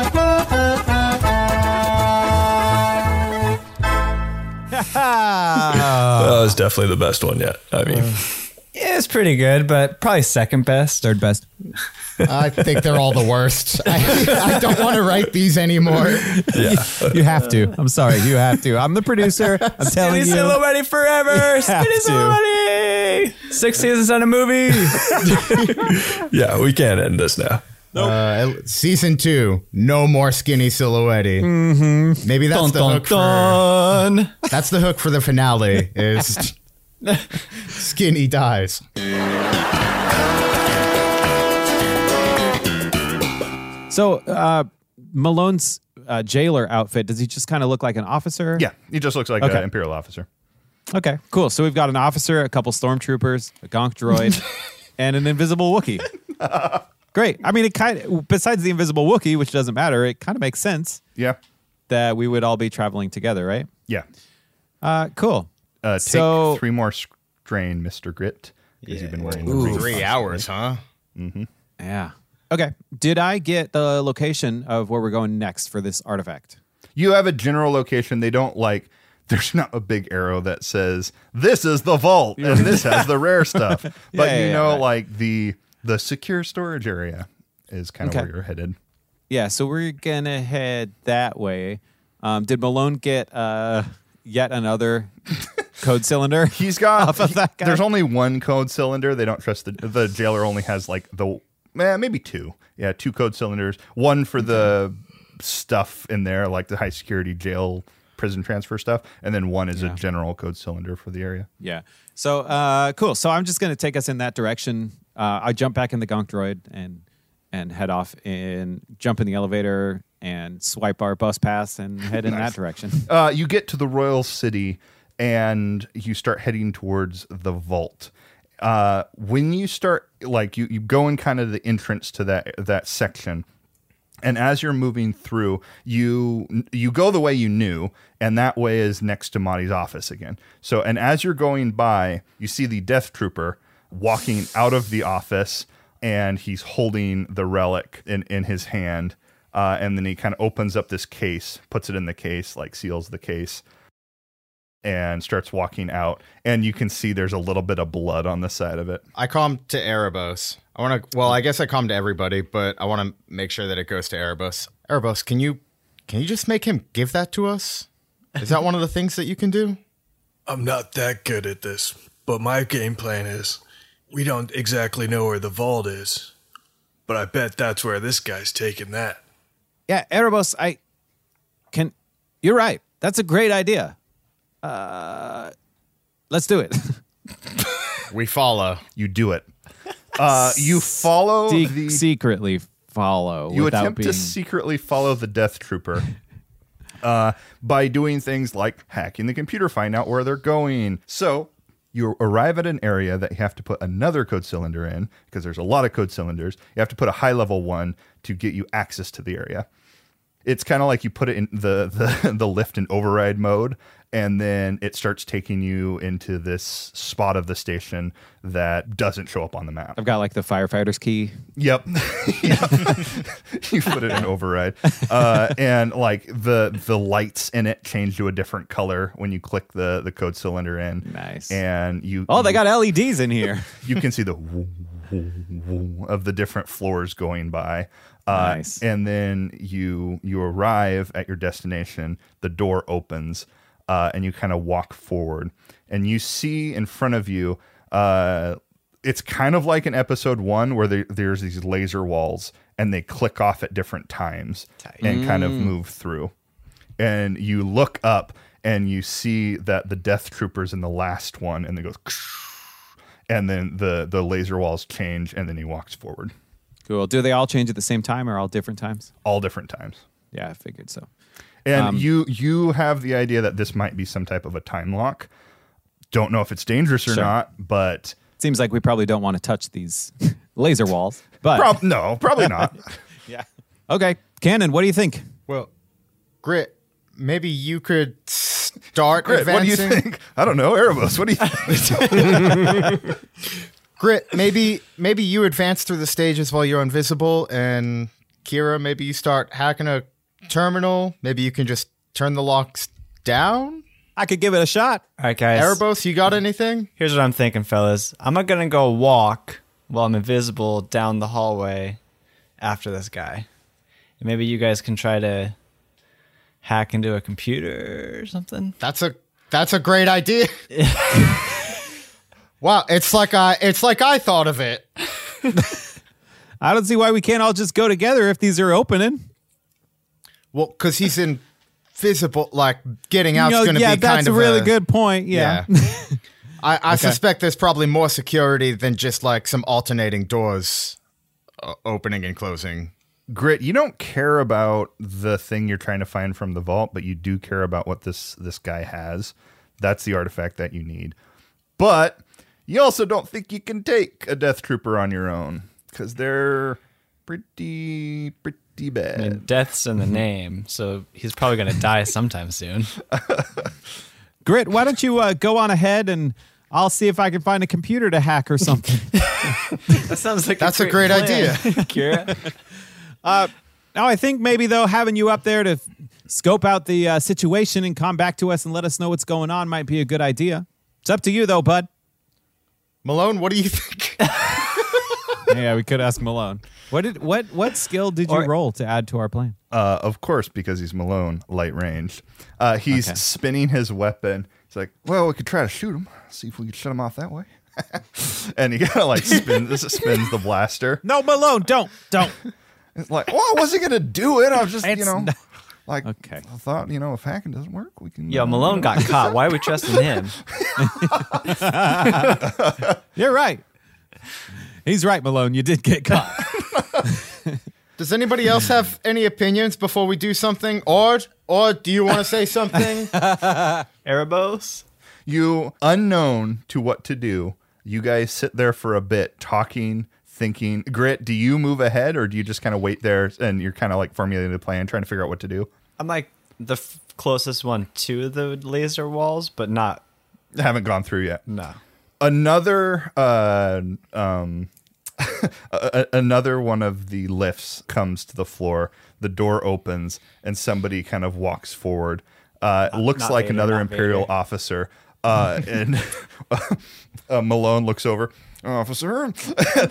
Uh. that was definitely the best one yet. I mean, Yeah, it's pretty good, but probably second best. Third best. I think they're all the [laughs] worst. I, I don't want to write these [laughs] anymore. yeah. You have to. I'm sorry. You have to. I'm the producer. I'm telling Skinny you. Silhouette [laughs] forever. Skinny to. Silhouette. Six seasons on a movie. Uh. Yeah, we can't end this now. Uh, season two, no more skinny silhouette. Mm-hmm. Maybe that's [laughs] dun the dun hook. For, dun. that's the hook for the [laughs] finale. Is skinny dies. So, uh, Malone's uh, jailer outfit, does he just kind of look like an officer? Yeah, he just looks like Okay. an imperial officer. Okay, cool. So we've got an officer, a couple stormtroopers, a gonk droid, and an invisible Wookiee. Great. I mean, it kind of, besides the invisible Wookiee, which doesn't matter, it kind of makes sense Yeah, that we would all be traveling together, right? yeah. Uh, cool. Uh, take So- three more strain, Mister Grit, because you've been wearing the ring. Three hours, huh? Yeah. Okay. Did I get the location of where we're going next for this artifact? You have a general location. They don't like. There's not a big arrow that says this is the [laughs] vault and this has the rare stuff. But Yeah, yeah, you know, right. like the the secure storage area is kind of Okay. where you're headed. Yeah. So we're going to head that way. Um, did Malone get uh, yet another code cylinder? He's got. Off of he- that guy. There's only one code cylinder. They don't trust the the jailer. Only has like the eh, maybe two. Yeah, two code cylinders. One for the stuff in there, like the high security jail prison transfer stuff, and then one is a general code cylinder for the area. Yeah. So uh, cool. So I'm just going to take us in that direction. Uh, I jump back in the gonk droid and and head off and jump in the elevator and swipe our bus pass and head in that direction. uh, you get to the royal city and you start heading towards the vault. Uh, when you start, like you, you go in kind of the entrance to that that section, and as you're moving through, you you go the way you knew, and that way is next to Monty's office again. So, and as you're going by, you see the death trooper walking out of the office, and he's holding the relic in in his hand. Uh, and then he kind of opens up this case, puts it in the case, like seals the case, and starts walking out. And you can see there's a little bit of blood on the side of it. I come to Erebos. I want to. Well, I guess I come to everybody, but I want to make sure that it goes to Erebos. Erebos, can you can you just make him give that to us? Is that one of the things that you can do? I'm not that good at this, but my game plan is we don't exactly know where the vault is, but I bet that's where this guy's taking that. yeah, Erebos, I can. You're right. [laughs] That's a great idea. Uh, let's do it. We follow. You do it. Uh, you follow Se- the. secretly follow you without attempt being to secretly follow the [laughs] Death Trooper. Uh, by doing things like hacking the computer, find out where they're going. So you arrive at an area that you have to put another code cylinder in because there's a lot of code cylinders. You have to put a high level one to get you access to the area it's kind of like you put it in the, [laughs] the the lift and override mode and then it starts taking you into this spot of the station that doesn't show up on the map I've got like the firefighter's key. [laughs] Yep. [laughs] Yep. you put it in override. Uh, and like the the lights in it change to a different color when you click the the code cylinder in. Nice. And you Oh, they you- got LEDs in here. [laughs] you can see the woo, woo, woo of the different floors going by. Uh, Nice. And then you you arrive at your destination. The door opens, uh, and you kind of walk forward, and you see in front of you. Uh, it's kind of like in episode one where there, there's these laser walls, and they click off at different times and kind of move through and you look up and you see that the death troopers in the last one and it goes and then the the laser walls change and then he walks forward cool. Do they all change at the same time or all different times? all different times Yeah, I figured so. and you you have the idea that this might be some type of a time lock don't know if it's dangerous or Sure. not but Seems like we probably don't want to touch these [laughs] laser walls. But prob- no probably not okay, Cannon, what do you think? Well, Grit, maybe you could start Grit, what do you advancing. think i don't know erebus what do you [laughs] think Grit, maybe maybe you advance through the stages while you're invisible, and Kira, maybe you start hacking a terminal. Maybe you can just turn the locks down. I could give it a shot. All right, guys. Erebos, you got anything? Here's what I'm thinking, fellas. I'm not gonna go walk while I'm invisible down the hallway after this guy. And maybe you guys can try to hack into a computer or something. That's a that's a great idea. wow, it's like I it's like I thought of it. I don't see why we can't all just go together if these are opening. Well, because he's invisible, like getting out's No, going to yeah, be that's kind a of really a- good point. Yeah. [laughs] I, I suspect there's probably more security than just like some alternating doors uh, opening and closing. grit you don't care about the thing you're trying to find from the vault but you do care about what this this guy has that's the artifact that you need but you also don't think you can take a death trooper on your own because they're pretty pretty bad I mean, Mm-hmm. death's in the name, so he's probably gonna die sometime soon. Grit, why don't you uh, go on ahead and I'll see if I can find a computer to hack or [laughs] something. [laughs] That sounds like That's a great [laughs] idea. Kira. Now, I think maybe though having you up there to f- scope out the uh, situation and come back to us and let us know what's going on might be a good idea. It's up to you though, bud. Malone, what do you [laughs] think? [laughs] yeah, we could ask Malone. What did what what skill did you Or- roll to add to our plan? Uh, of course, because he's Malone, light range. Uh, he's spinning his weapon. He's like, "Well, we could try to shoot him. See if we could shut him off that way." [laughs] and he kind of like spins, [laughs] spins the blaster. No, Malone, don't don't. [laughs] It's like, oh, I wasn't gonna do it. I was just, you It's know, not- like, Okay. I thought, you know, if hacking doesn't work, we can. Yo, uh, Malone got caught. Why are we trusting him? You're right. He's right, Malone. You did get caught. Does anybody else have any opinions before we do something? Or or do you want to say something? Erebos? You unknown to what to do. You guys sit there for a bit, talking, thinking. Grit, do you move ahead, or do you just kind of wait there and you're kind of like formulating a plan, trying to figure out what to do? I'm like the f- closest one to the laser walls, but not. I haven't gone through yet. No. another uh, um, [laughs] a- a- another one of the lifts comes to the floor. The door opens, and somebody kind of walks forward. Uh, looks not like Vader, another not imperial Vader. officer, uh, and [laughs] uh, Malone looks over. Officer, [laughs] and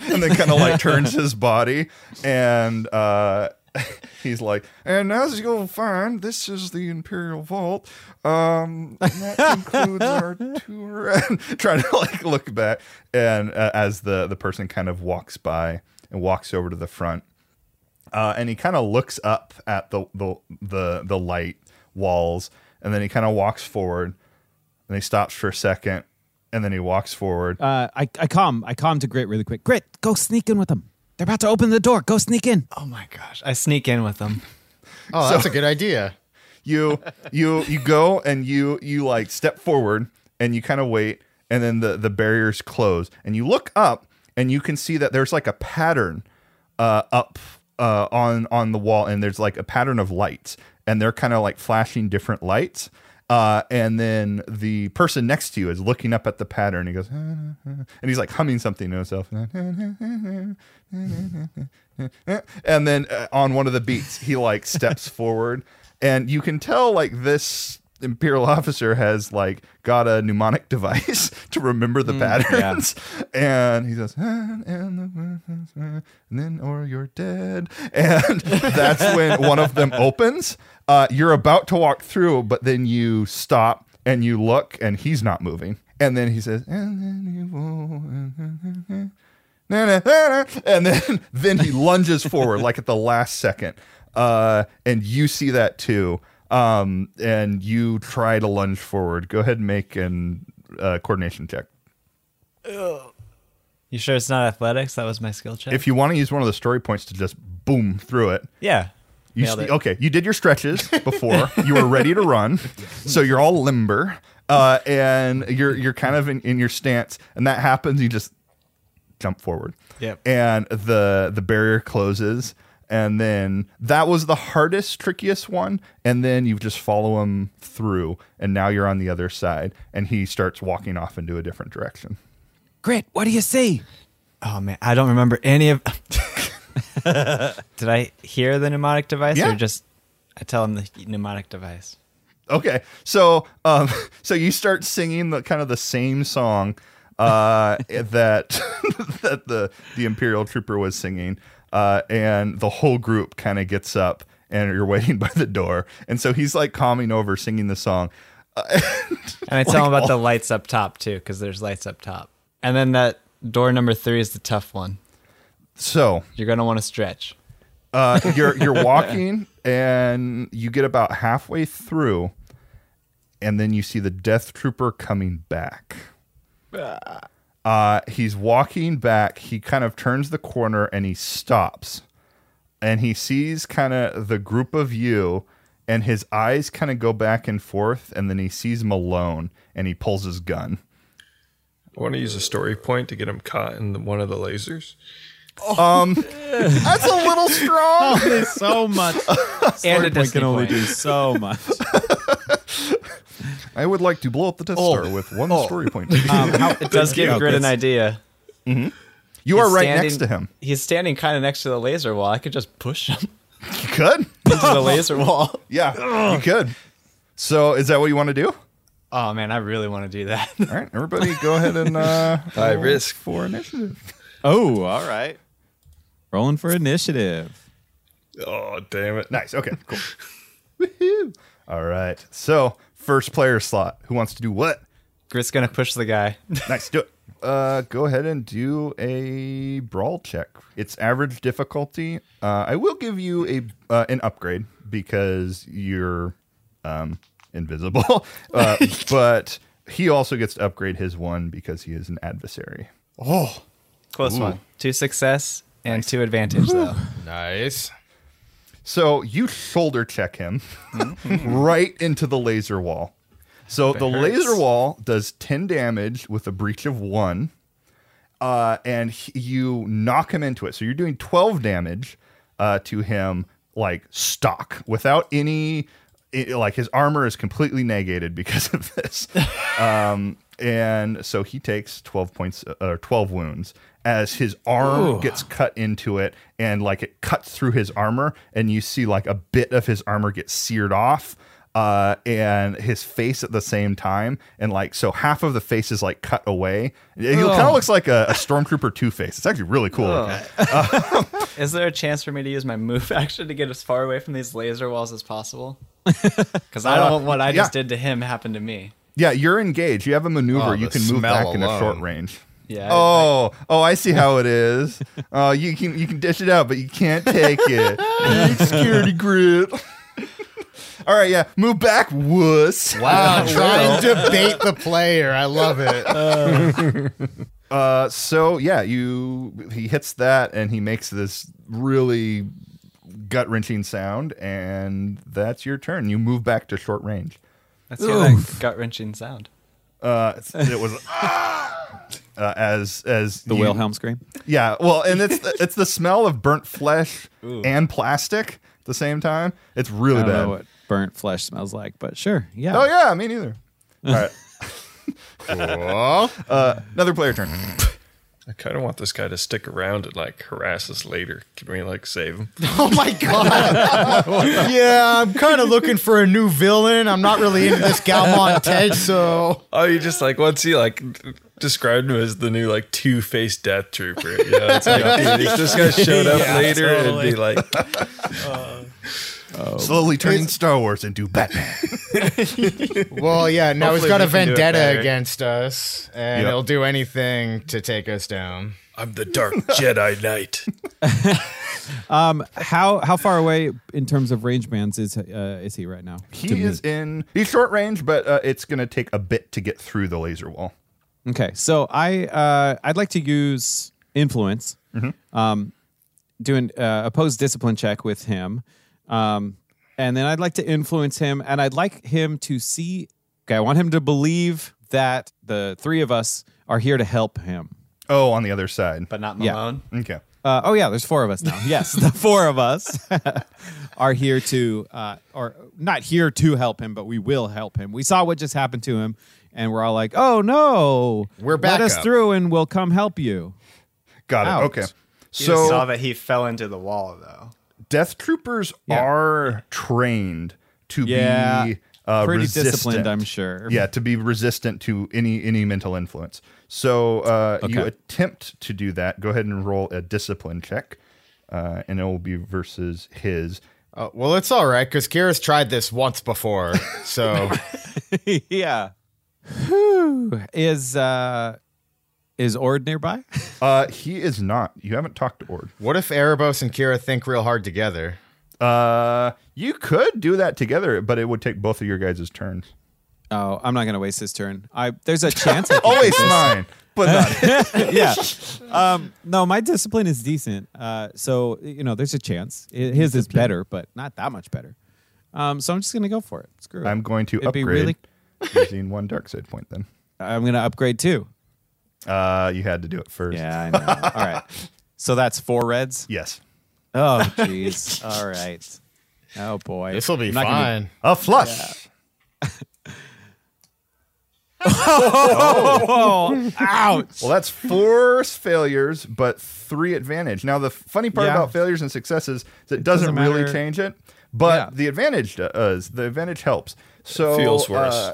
then kind of like turns his body, and uh, [laughs] he's like, "And as you'll find, this is the Imperial Vault. Um, and that includes our tour." [laughs] And trying to like look back, and uh, as the the person kind of walks by and walks over to the front, uh, and he kind of looks up at the the the the light walls, and then he kind of walks forward, and he stops for a second, And then he walks forward. [laughs] Uh, I, I calm. I calm to Grit really quick. Grit, go sneak in with them. They're about to open the door. Go sneak in. Oh my gosh. I sneak in with them. Oh, that's a good idea. you you you go and you you like step forward and you kind of wait and then the the barriers close and you look up and you can see that there's like a pattern uh up uh on on the wall and there's like a pattern of lights and they're kind of like flashing different lights uh, and then the person next to you is looking up at the pattern. He goes, [laughs] "Ah, ah, ah," and he's like humming something to himself. [laughs] and then uh, on one of the beats he like steps forward and you can tell like this imperial officer has like got a mnemonic device [laughs] to remember the patterns [laughs] and he says "Ah, and the- and then or you're dead [laughs] and that's when one of them opens uh, you're about to walk through but then you stop and you look and he's not moving and then he says and then you will na, na, na, na. [laughs] and then then he lunges forward like at the last second uh and you see that too um and you try to lunge forward go ahead and make an uh, coordination check You sure it's not athletics? That was my skill check. if you want to use one of the story points to just boom through it yeah. You Nailed sne- it. okay, you did your stretches [laughs] before. you were ready to run, so you're all limber, uh, and you're you're kind of in, in your stance. And that happens, you just jump forward. Yep. And the the barrier closes, and then that was the hardest, trickiest one. And then you just follow him through, and now you're on the other side, and he starts walking off into a different direction. Grit, what do you see? Oh man, I don't remember any of. [laughs] Did I hear the mnemonic device Yeah. or just? I tell him the mnemonic device. Okay, so um, [laughs] so you start singing the kind of the same song uh, [laughs] that that the the imperial trooper was singing, uh, and the whole group kind of gets up and you're waiting [laughs] by the door, and so he's like calming over, singing the song. [laughs] And Oh I tell him about the lights up top too, because there's lights up top. And then that door number three is the tough one. So You're gonna want to stretch. uh, you're you're walking, and you get about halfway through, and then you see the death trooper coming back. Uh, he's walking back. He kind of turns the corner and he stops. And he sees kind of the group of you, and his eyes kind of go back and forth. And then he sees Malone and he pulls his gun. I want to use a story point to get him caught in the, one of the lasers. That's a little strong. so [laughs] much. Story point Disney can only point. do so much. [laughs] I would like to blow up the Death Star with one story point. [laughs] It does give Grit an idea. you are He's right standing- next to him. He's standing kind of next to the laser wall. I could just push him [laughs] You [laughs] could. into the laser wall. Yeah, you could. So, is that what you want to do? Oh man, I really want to do that. [laughs] All right, everybody, go ahead and [laughs] uh, High risk. for initiative. Oh, all right. Rolling for initiative. Oh, damn it. Nice. Okay, cool. [laughs] Woohoo! All right. So, first player slot. Who wants to do what? Grit's gonna push the guy. Nice. Do it. [laughs] Uh, go ahead and do a brawl check. It's average difficulty. Uh, I will give you a uh, an upgrade because you're um, invisible, [laughs] uh, but he also gets to upgrade his one because he is an adversary. Close one. Two success and two advantage though. Nice. So you shoulder check him [laughs] right into the laser wall. So the laser wall does 10 damage with a breach of one, uh, and he- you knock him into it. So you're doing 12 damage uh, to him, like stock, without any. It, like his armor is completely negated because of this. um, and so he takes 12 points uh, or 12 wounds as his arm gets cut into it and like it cuts through his armor and you see like a bit of his armor get seared off uh, and his face at the same time and like so half of the face is like cut away he kind of looks like a, a stormtrooper two face it's actually really cool Is there a chance for me to use my move [laughs] action to get as far away from these laser walls as possible? Because I don't want what I just yeah. did to him happen to me. yeah you're engaged you have a maneuver Oh, you the can move smell back in a short alone. range Yeah. I- Oh, oh! I see how it is. Oh, you can you can dish it out, but you can't take it. Big Security group. [laughs] All right, yeah. Move back, wuss. Wow, trying to bait the player. I love it. [laughs] Uh, so yeah, you he hits that and he makes this really gut wrenching sound, and that's your turn. You move back to short range. Let's hear that gut wrenching sound. Uh, it's- it was uh, as as The you- Wilhelm scream. Yeah, well, and it's the, it's the smell of burnt flesh and plastic at the same time. It's really I don't bad. know what burnt flesh smells like, but sure. Yeah. Oh yeah, [laughs] me neither. All right, [laughs] uh, another player turn. I kind of want this guy to stick around and like harass us later. Can we like save him? Oh my god. yeah, I'm kind of looking for a new villain. I'm not really into this Galmont Ted, so Oh, you just like once he like described him as the new like two faced death trooper. You know, it's like [laughs] dude, if this guy showed up later totally. and be like, [laughs] Oh. Slowly turning Star Wars into Batman. well, yeah. Now he's got a Hopefully we can do it vendetta better. against us, and Yep. he'll do anything to take us down. I'm the Dark Jedi Knight. How how far away in terms of range bands is uh, is [laughs] he right now? to He me? is in he's short range, but uh, it's gonna take a bit to get through the laser wall. Okay, so I uh, I'd like to use influence, um, doing uh, opposed discipline check with him, um, and then I'd like to influence him, and I'd like him to see. Okay, I want him to believe that the three of us are here to help him. Oh, on the other side. But not Yeah. Malone. Okay. Uh, oh yeah, there's four of us now. Yes, the four of us [laughs] are here to, uh, or not here to help him, but we will help him. We saw what just happened to him, and we're all like, "Oh no, We're Let us backup." through, and we'll come help you." Got it. Out. Okay. You just saw So that he fell into the wall though. death troopers are trained to Yeah. be uh, Pretty resistant. disciplined, I'm sure. Yeah, to be resistant to any any mental influence. So uh, you Okay. attempt to do that. Go ahead and roll a discipline check, uh, and it will be versus his. Uh, well, it's all right because Kira's tried this once [laughs] before, so [laughs] yeah. Whew. Is uh, is Ord nearby? [laughs] Uh, he is not. You haven't talked to Ord. what if Erebos and Kira think real hard together? Uh, you could do that together, but it would take both of your guys' turns. oh, I'm not gonna waste his turn. I there's a chance. I can do Always this. mine, but [laughs] not. yeah. Um, no, my discipline is decent. Uh, so, you know, there's a chance. I- His is better, but not that much better. Um, so I'm just going to go for it. Screw it. I'm going to It'd upgrade Be really, using one dark side point. Then I'm going to upgrade too. uh, you had to do it first. Yeah, [laughs] I know. All right. So that's four [laughs] reds. Yes. Oh, jeez. All right. Oh, boy. This will be I'm not gonna fine. A flush. Oh, ouch. Well, that's four failures, but three advantage. Now, the funny part Yeah. about failures and successes is it doesn't, doesn't really matter. change it, but Yeah. the advantage does. The advantage helps. So feels worse. uh,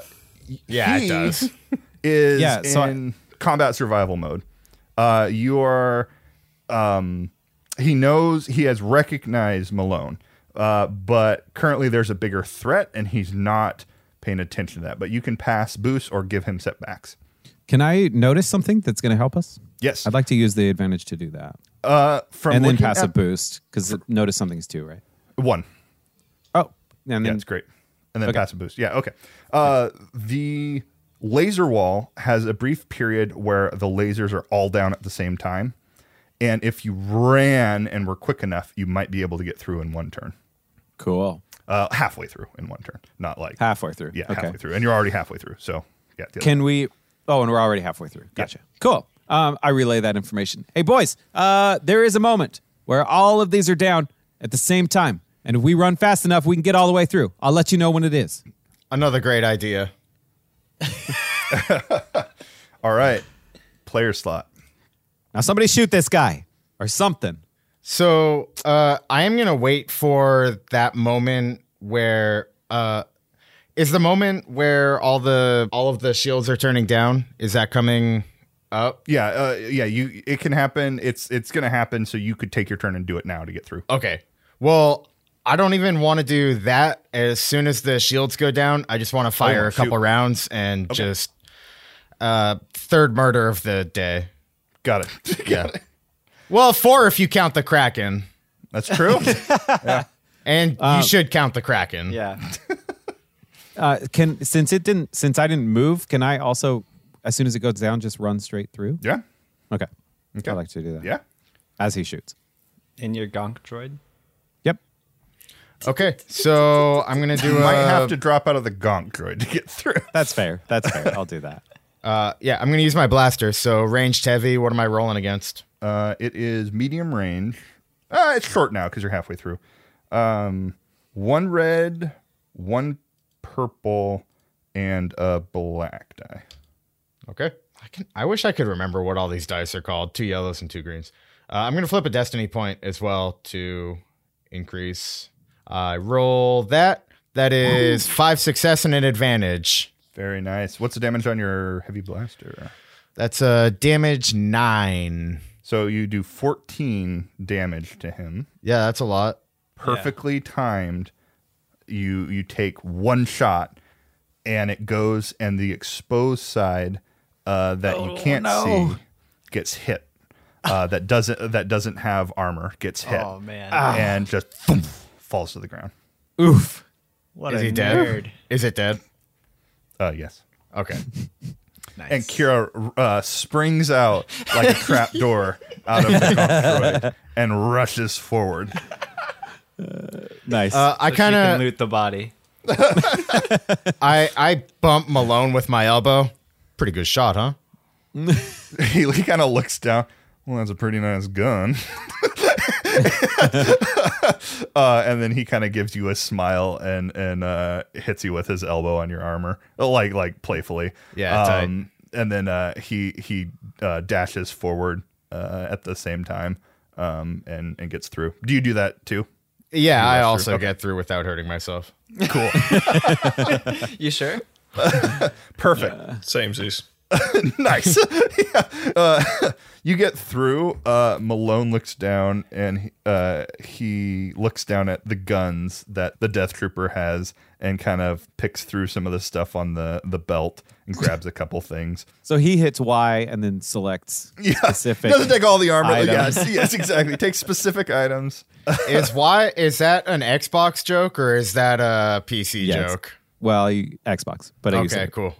Yeah, he it does. [laughs] Is Yeah, so I- in combat survival mode. Uh, you are. Um, he knows he has recognized Malone, uh, but currently there's a bigger threat, and he's not paying attention to that. But you can pass boost or give him setbacks. Can I notice something that's going to help us? Yes. I'd like to use the advantage to do that. Uh, from and then looking pass a at- boost because notice something's two, right? One. Oh, and Yeah, then it's great. And then pass a boost. Yeah, okay. Uh, the laser wall has a brief period where the lasers are all down at the same time. And if you ran and were quick enough, you might be able to get through in one turn. cool. Uh, halfway through in one turn, not like Halfway through. Yeah, Okay. halfway through, and you're already halfway through. So yeah, the other- Can we? Oh, and we're already halfway through. Gotcha. Cool. Um, I relay that information. Hey, boys, uh, there is a moment where all of these are down at the same time. And if we run fast enough, we can get all the way through. I'll let you know when it is. Another great idea. all right, player slot. Now, somebody shoot this guy or something. So uh, I am gonna wait for that moment where uh, is the moment where all the all of the shields are turning down. Is that coming up? Yeah, uh, yeah. You it can happen. It's it's gonna happen. So you could take your turn and do it now to get through. Okay. Well, I don't even want to do that. As soon as the shields go down, I just want to fire Oh, a couple shoot. rounds and just uh, third murder of the day. [laughs] Got it. Yeah. well, four if you count the kraken, [laughs] That's true. Um, and you should count the kraken. Yeah. Uh, can since it didn't since I didn't move, can I also as soon as it goes down just run straight through? Yeah. Okay. I like to do that. Yeah. As he shoots. in your gonk droid. Yep. Okay, so I'm [laughs] gonna do. You might have a- to drop out of the gonk droid to get through. That's fair. That's fair. I'll do that. Uh, yeah, I'm gonna use my blaster. So ranged heavy. What am I rolling against? [laughs] Uh, it is medium range. Uh, it's short now because you're halfway through. Um, one red, one purple, and a black die. Okay. I can. I wish I could remember what all these dice are called. Two yellows and two greens. Uh, I'm gonna flip a destiny point as well to increase. I roll that. That is five success and an advantage. Very nice. What's the damage on your heavy blaster? That's a damage nine. So you do 14 damage to him. Yeah, that's a lot. perfectly timed. You you take one shot, and it goes, and the exposed side uh, that Oh, you can't see gets hit. [laughs] Uh, that doesn't that doesn't have armor gets hit. Oh man, and just thump, falls to the ground. Oof. what Is a he dead? nerd! Is it dead? Uh, yes. Okay. [laughs] Nice. And Kira uh, springs out like a trap door out of the [laughs] droid and rushes forward. Nice. Uh, I So she kind can of loot the body. I I bump Malone with my elbow. Pretty good shot, huh? [laughs] he, he kind of looks down. Well, that's a pretty nice gun. [laughs] uh, and then he kind of gives you a smile and and uh, hits you with his elbow on your armor, Oh, like like playfully. Yeah, tight. and then uh, he he uh, dashes forward uh, at the same time um, and and gets through. Do you do that too? Yeah, I through. also Okay. get through without hurting myself. Cool, You [laughs] sure? perfect. Same as [laughs] nice. Yeah. Uh, [laughs] you get through. Uh, Malone looks down and uh, he looks down at the guns that the death trooper has and kind of picks through some of the stuff on the, the belt [laughs] and grabs a couple things. [laughs] so he hits Y and then selects specific. Doesn't take all the armor. item. Yes, yes, exactly. Takes specific items. is why is that an Xbox joke or is that a PC Yeah, it's- joke? Well, you, Xbox, but I use Okay, it. cool.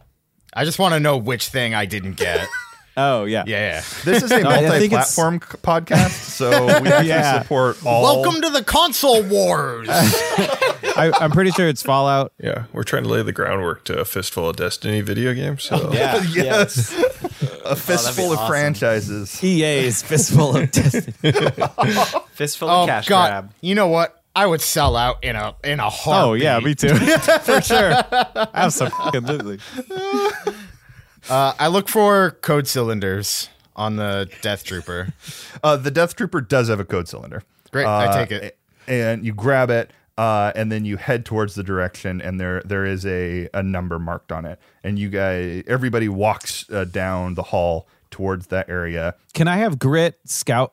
I just want to know which thing I didn't get. Oh yeah. Yeah. [laughs] This is a I think it's- multi-platform c- podcast, so [laughs] we actually Yeah. support all. Welcome to the console wars. I, I'm pretty sure it's [laughs] Fallout. Yeah, we're trying to lay the groundwork to a fistful of Destiny video game. [laughs] So Yeah. yes, Oh, a fistful of awesome. franchises. EA's E fistful of destiny. Fistful oh of cash God, grab. you know what? I would sell out in a in a heartbeat. [laughs] Oh yeah, me [laughs] too. For sure. Absolutely. Uh, I look for code cylinders on the Death Trooper. Uh, the Death Trooper does have a code cylinder. Great, I Uh, take it. a- And you grab it, uh, and then you head towards the direction, and there there is a, a number marked on it. And you guys, everybody walks uh, down the hall towards that area. Can I have Grit scout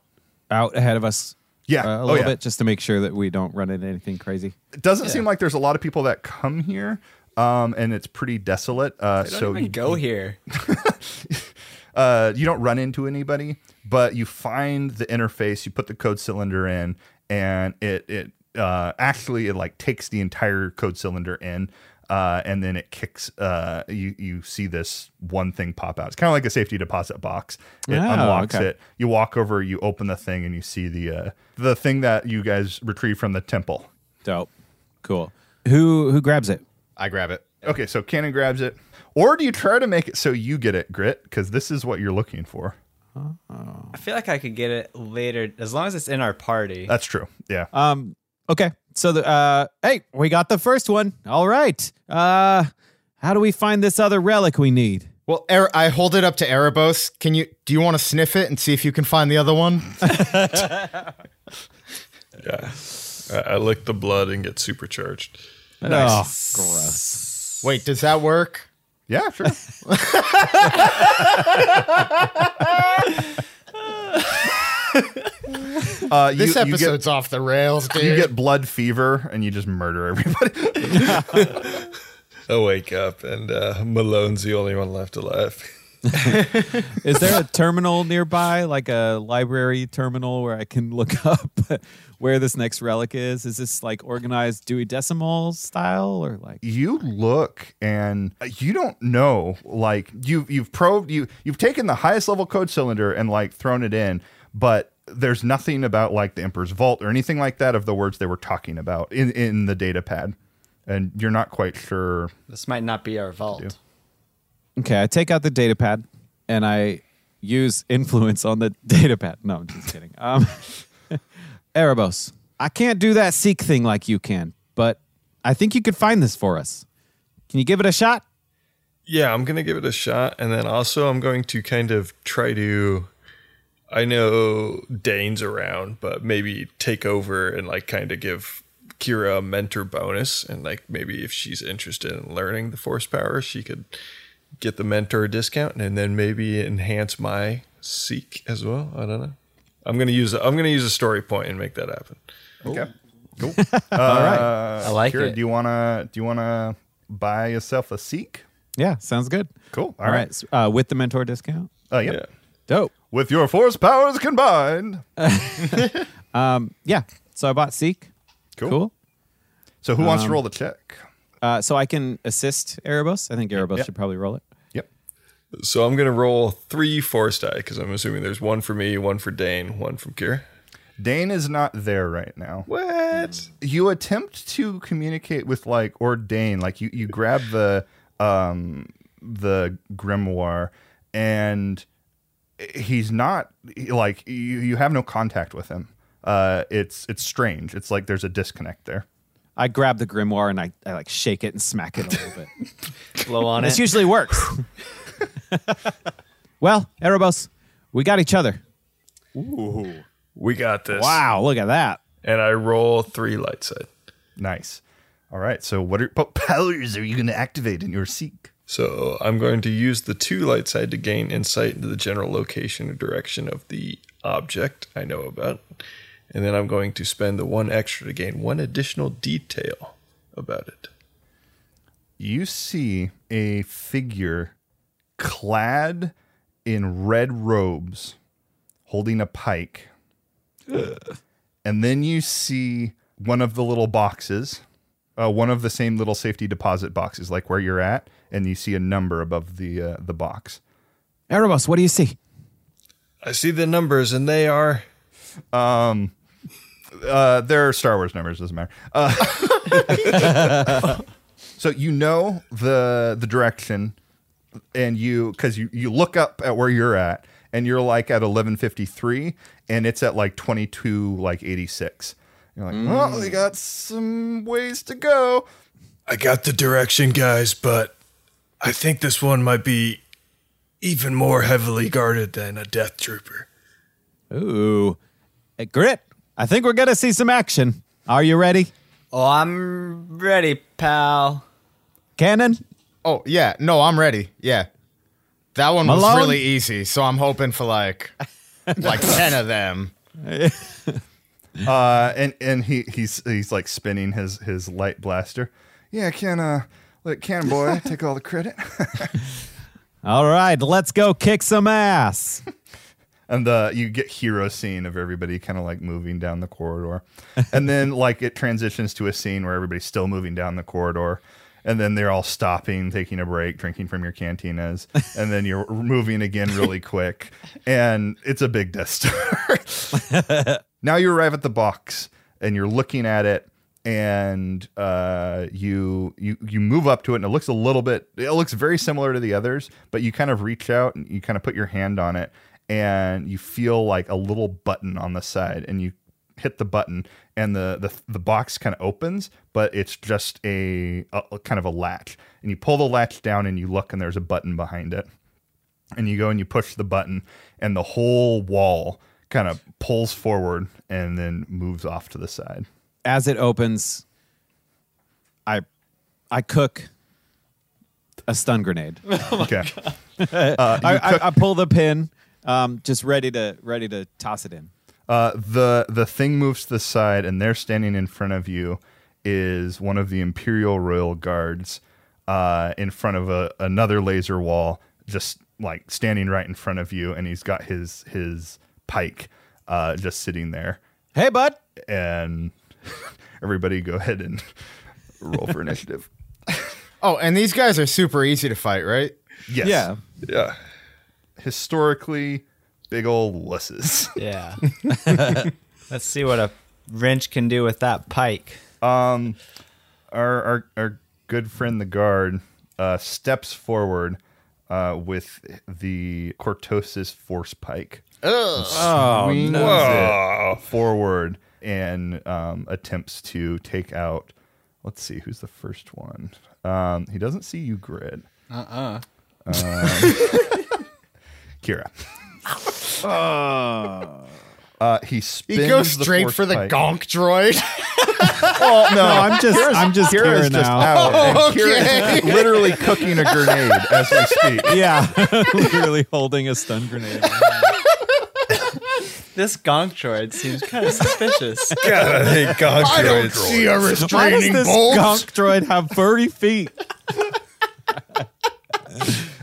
out ahead of us? Yeah. uh, a Oh, little yeah. bit just to make sure that we don't run into anything crazy. It doesn't seem like there's a lot of people that come here, um, and it's pretty desolate. Uh, Don't so even you, go here. uh, you don't run into anybody, but you find the interface, you put the code cylinder in, and it it uh, actually it like takes the entire code cylinder in, uh, and then it kicks. Uh, you you see this one thing pop out. It's kind of like a safety deposit box. It Oh, unlocks okay. it. You walk over, you open the thing, and you see the uh, the thing that you guys retrieve from the temple. Dope. Cool. Who who grabs it? I grab it. Okay, so Cannon grabs it. Or do you try to make it so you get it, Grit? Because this is what you're looking for. I feel like I could get it later, as long as it's in our party. That's true. Yeah. Um okay. So the uh hey, we got the first one. All right. Uh how do we find this other relic we need? Well, Ar- I hold it up to Erebos. Can you? Do you want to sniff it and see if you can find the other one? yeah, I, I lick the blood and get supercharged. Nice. Wait, does that work? Yeah, [laughs] sure. uh, you, This you episode's off the rails, dude. get, you get blood fever and you just murder everybody. I wake up and uh, Malone's the only one left alive. [laughs] Is there a terminal nearby, like a library terminal where I can look [laughs] up where this next relic is? Is this like organized Dewey Decimal style or like [laughs] you look and you don't know like you've you've probed you you've taken the highest level code cylinder and like thrown it in but there's nothing about like the emperor's vault or anything like that of the words they were talking about in in the data pad and you're not quite sure This might not be our vault. Okay, I take out the data pad and I use influence on the [laughs] data pad. No, I'm just kidding. Um, [laughs] Erebos, I can't do that seek thing like you can, but I think you could find this for us. Can you give it a shot? yeah, I'm gonna give it a shot, and then also I'm going to kind of try to. I know Dane's around, but maybe take over and like kind of give Kira a mentor bonus, and like maybe if she's interested in learning the Force power, she could get the mentor discount, and then maybe enhance my seek as well. I don't know. I'm gonna use I'm gonna use a story point and make that happen. okay cool all right I like Kira, it. do you want to do you want to buy yourself a seek Yeah, sounds good. cool All right, s- uh, with the mentor discount. oh yeah. Yeah. Dope. with your force powers combined Yeah, so I bought Seek. Cool. cool. so who Um, wants to roll the check Uh, so I can assist Erebos. I think Erebos should probably roll it. yep So I'm gonna roll three force die because I'm assuming there's one for me, one for Dane, one from Kira. Dane is not there right now. What? You attempt to communicate with like or Dane, like you you grab the um the grimoire and he's not like you you have no contact with him. Uh it's it's strange. It's like there's a disconnect there. I grab the grimoire and I, I like shake it and smack it a little bit. Blow [laughs] on This it. usually works. well, Erebos, we got each other. We got this. Wow, look at that. And I roll three light side. Nice. All right. So what are [laughs] what powers are you going to activate in your seek? So I'm going to use the two light side to gain insight into the general location or direction of the object I know about. And then I'm going to spend the one extra to gain one additional detail about it. you see a figure clad in red robes holding a pike. and then you see one of the little boxes, uh, one of the same little safety deposit boxes, like where you're at, and you see a number above the uh, the box. Erebos, what do you see? I see the numbers and they are Uh, there are Star Wars numbers, doesn't matter. Uh, [laughs] so you know the the direction, and you because you you look up at where you're at, and you're like at eleven fifty three, and it's at like twenty two like eighty six. You're like, well, we got some ways to go. I got the direction, guys, but I think this one might be even more heavily guarded than a death trooper. Ooh, Hey, Grit, I think we're going to see some action. Are you ready? oh, I'm ready, pal. Cannon? Oh yeah, no, I'm ready. Yeah, that one was Malone? really easy, so I'm hoping for like like ten of them. Uh, and and he he's he's like spinning his his light blaster. Yeah, can uh let can boy take all the credit. [laughs] All right, let's go kick some ass. and the you get hero scene of everybody kind of like moving down the corridor and then like it transitions to a scene where everybody's still moving down the corridor and then they're all stopping taking a break drinking from your cantinas and then you're moving again really quick and it's a big death star now you arrive at the box and you're looking at it and uh, you you you move up to it and it looks a little bit it looks very similar to the others but you kind of reach out and you kind of put your hand on it and you feel like a little button on the side and you hit the button and the the, the box kind of opens but it's just a, a a kind of a latch and you pull the latch down and you look and there's a button behind it and you go and you push the button and the whole wall kind of pulls forward and then moves off to the side As it opens, I, I cook a stun grenade. okay I, I, I pull the pin, um, just ready to ready to toss it in. uh, the the thing moves to the side and there standing in front of you is one of the imperial royal guards uh, in front of a, another laser wall just like standing right in front of you, and he's got his his pike uh, just sitting there. Hey, bud. And [laughs] everybody, go ahead and [laughs] roll for initiative. Oh, and these guys are super easy to fight, right? Yes. Yeah. Yeah. Historically, big old wusses. [laughs] Yeah. [laughs] Let's see what a wrench can do with that pike. our our, our good friend the guard uh, steps forward uh, with the Cortosis force pike. Oh, no. forward and um, attempts to take out. Let's see who's the first one. Um, he doesn't see you, Grit. Uh uh [laughs] Kira. Uh, he He spins goes the straight force for the pike. gonk droid. Well, no, I'm just I'm just Kira's here just now. out. Oh, and Kira's okay. [laughs] literally cooking a grenade as we [laughs] speak. Yeah, [laughs] literally holding a stun grenade. This gonk droid seems kind of suspicious. God, I hate God I don't droids. see Why a does restraining this bolt. gonk droid have furry feet?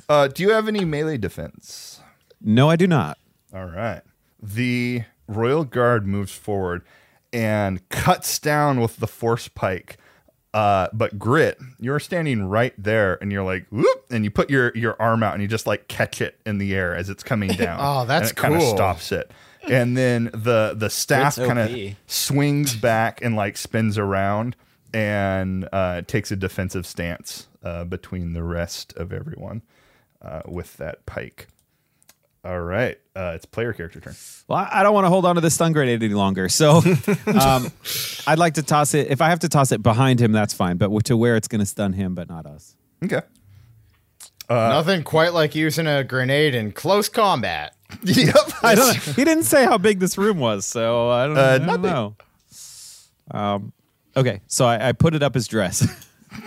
Uh, do you have any melee defense? No, I do not. All right. The royal guard moves forward and cuts down with the force pike. Uh, but grit, you're standing right there, and you're like, whoop, and you put your your arm out, and you just like catch it in the air as [laughs] it's coming down. Oh, that's and it Kind of cool. stops it, and then the the staff Grit's kind of OP. swings back and like spins around and uh, takes a defensive stance uh, between the rest of everyone uh, with that pike. All right, uh, it's player character turn. Well, I- I don't want to hold on to this stun grenade any longer. So [laughs] um, I'd like to toss it. If I have to toss it behind him, that's fine. But to where it's going to stun him, but not us. Okay. Nothing quite like using a grenade in close combat. Yep. I don't. Uh, Know. [laughs] He didn't say how big this room was, so I don't, I don't not big. know. Um, okay, so I, I put it up his dress. [laughs]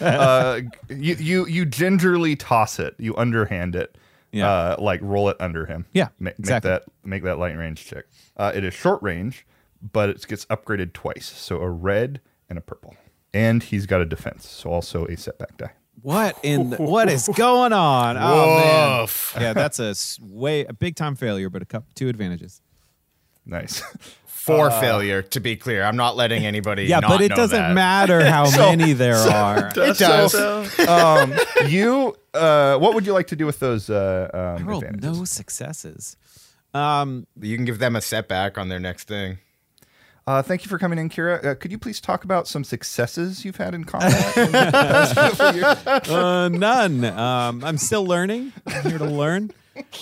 uh, you you you gingerly toss it. You underhand it. Yeah. Uh, like roll it under him. Yeah, Ma- Make exactly. that make that light range check. Uh, it is short range, but it gets upgraded twice. So a red and a purple, and he's got a defense. So also a setback die. what in the, what is going on? Oh man! Yeah, that's a s- way a big time failure, but a cup two advantages. Nice. [laughs] For failure, to be clear. I'm not letting anybody. Yeah, not but it know doesn't that. matter [laughs] how many there are. It does. um, you uh, what would you like to do with those uh, um, I rolled advantages? no successes. Um, You can give them a setback on their next thing. Uh, thank you for coming in, Kira. Uh, could you please talk about some successes you've had in combat? in the past few years? uh, none. Um, I'm still learning. I'm here to learn.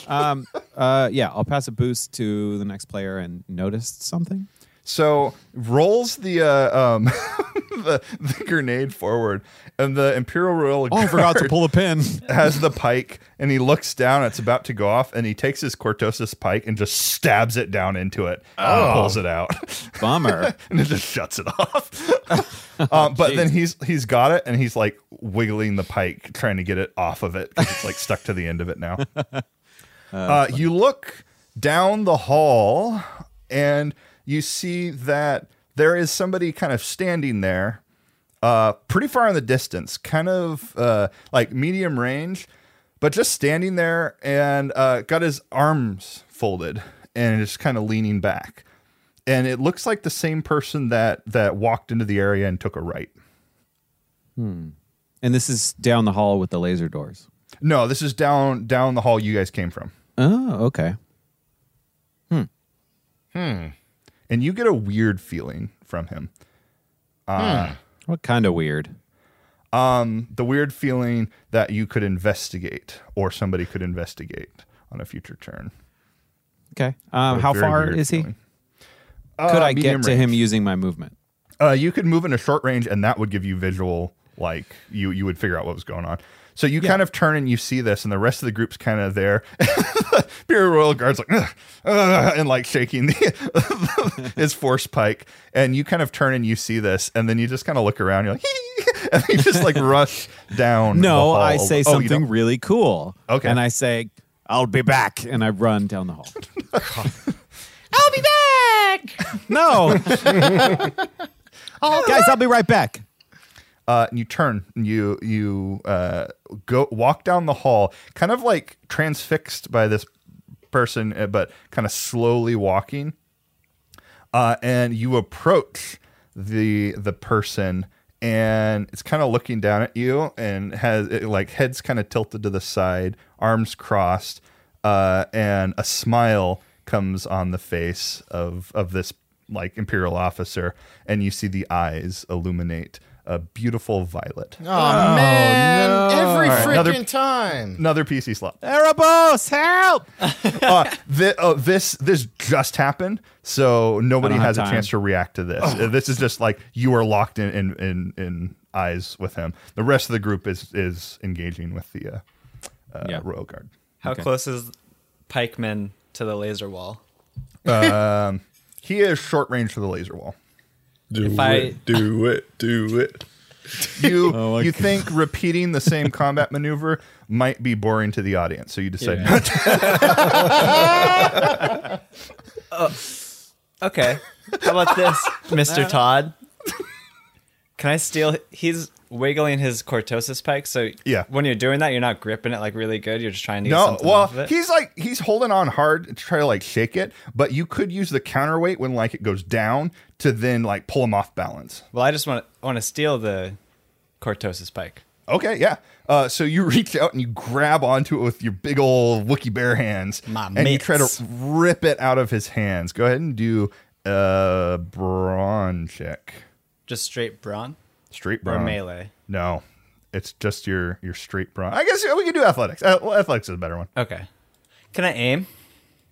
Um, uh, yeah, I'll pass a boost to the next player and noticed something. So rolls the uh, um, [laughs] the, the grenade forward, and the Imperial Royal Oh, I forgot to pull a pin. [laughs] has the pike, and he looks down. It's about to go off, and he takes his Cortosis pike and just stabs it down into it Oh. and pulls it out, Bummer. [laughs] and it just shuts it off. [laughs] um, but then he's he's got it, and he's like wiggling the pike, trying to get it off of it because it's like stuck to the end of it now. Uh, you look down the hall and you see that there is somebody kind of standing there, uh, pretty far in the distance, kind of uh, like medium range, but just standing there and uh, got his arms folded and is kind of leaning back. And it looks like the same person that that walked into the area and took a right. And this is down the hall with the laser doors. No, this is down down the hall you guys came from. Oh, okay. And you get a weird feeling from him. What kind of weird? Um, the weird feeling that you could investigate or somebody could investigate on a future turn. Okay. Um, how Very far weird is he? feeling. Could I Uh, medium get to him range. using my movement? Uh, you could move in a short range, and that would give you visual. Like you, you would figure out what was going on. So you kind of turn and you see this, and the rest of the group's kind of there. [laughs] Imperial Royal Guard's like, "Ugh, ugh," and like shaking the, [laughs] his force pike, and you kind of turn and you see this, and then you just kind of look around. You're like, [laughs] and you just like rush down. the No, hall. I say Oh, you don't? something really cool. Okay. And I say, I'll be back. And I run down the hall. I'll be back. [laughs] No. Guys, I'll be right back. uh, and you turn and you you uh, go walk down the hall, kind of like transfixed by this person, uh, but kind of slowly walking. Uh, and you approach the the person, and it's kind of looking down at you, and has it, like heads kind of tilted to the side, arms crossed, uh, and a smile comes on the face of of this like imperial officer, and you see the eyes illuminate a beautiful violet. Oh, man, every All right, freaking another- time. Another PC slot. [laughs] Erebos, help! uh, thi- oh, this this just happened, so nobody I don't have has a time. Oh. chance to react to this. Uh, This is just like you are locked in in, in in eyes with him. The rest of the group is is engaging with the uh, uh, royal guard. How close is Pikeman to the laser wall? um, he is short range for the [laughs] laser wall. Do If it, I- do it, do it. You Oh my you God. think repeating the same combat maneuver might be boring to the audience, so you decide Yeah. not to. Okay. How about this, Mr. Todd? Can I steal? He's wiggling his cortosis pike, so Yeah. When you're doing that, you're not gripping it like really good. You're just trying to get No, something well, off of it. he's like he's holding on hard to try to like shake it, but you could use the counterweight when like it goes down to then like pull him off balance. well, I just want to want to steal the cortosis pike. Okay, yeah. Uh, so you [laughs] reach out and you grab onto it with your big old Wookie bear hands, My and you try mitts. to rip it out of his hands. Go ahead and do a brawn check, Just straight brawn. straight Or brawn melee. No, it's just your your straight brawn. I guess yeah, we can do athletics. Uh, well, athletics is a better one. Okay. Can I aim?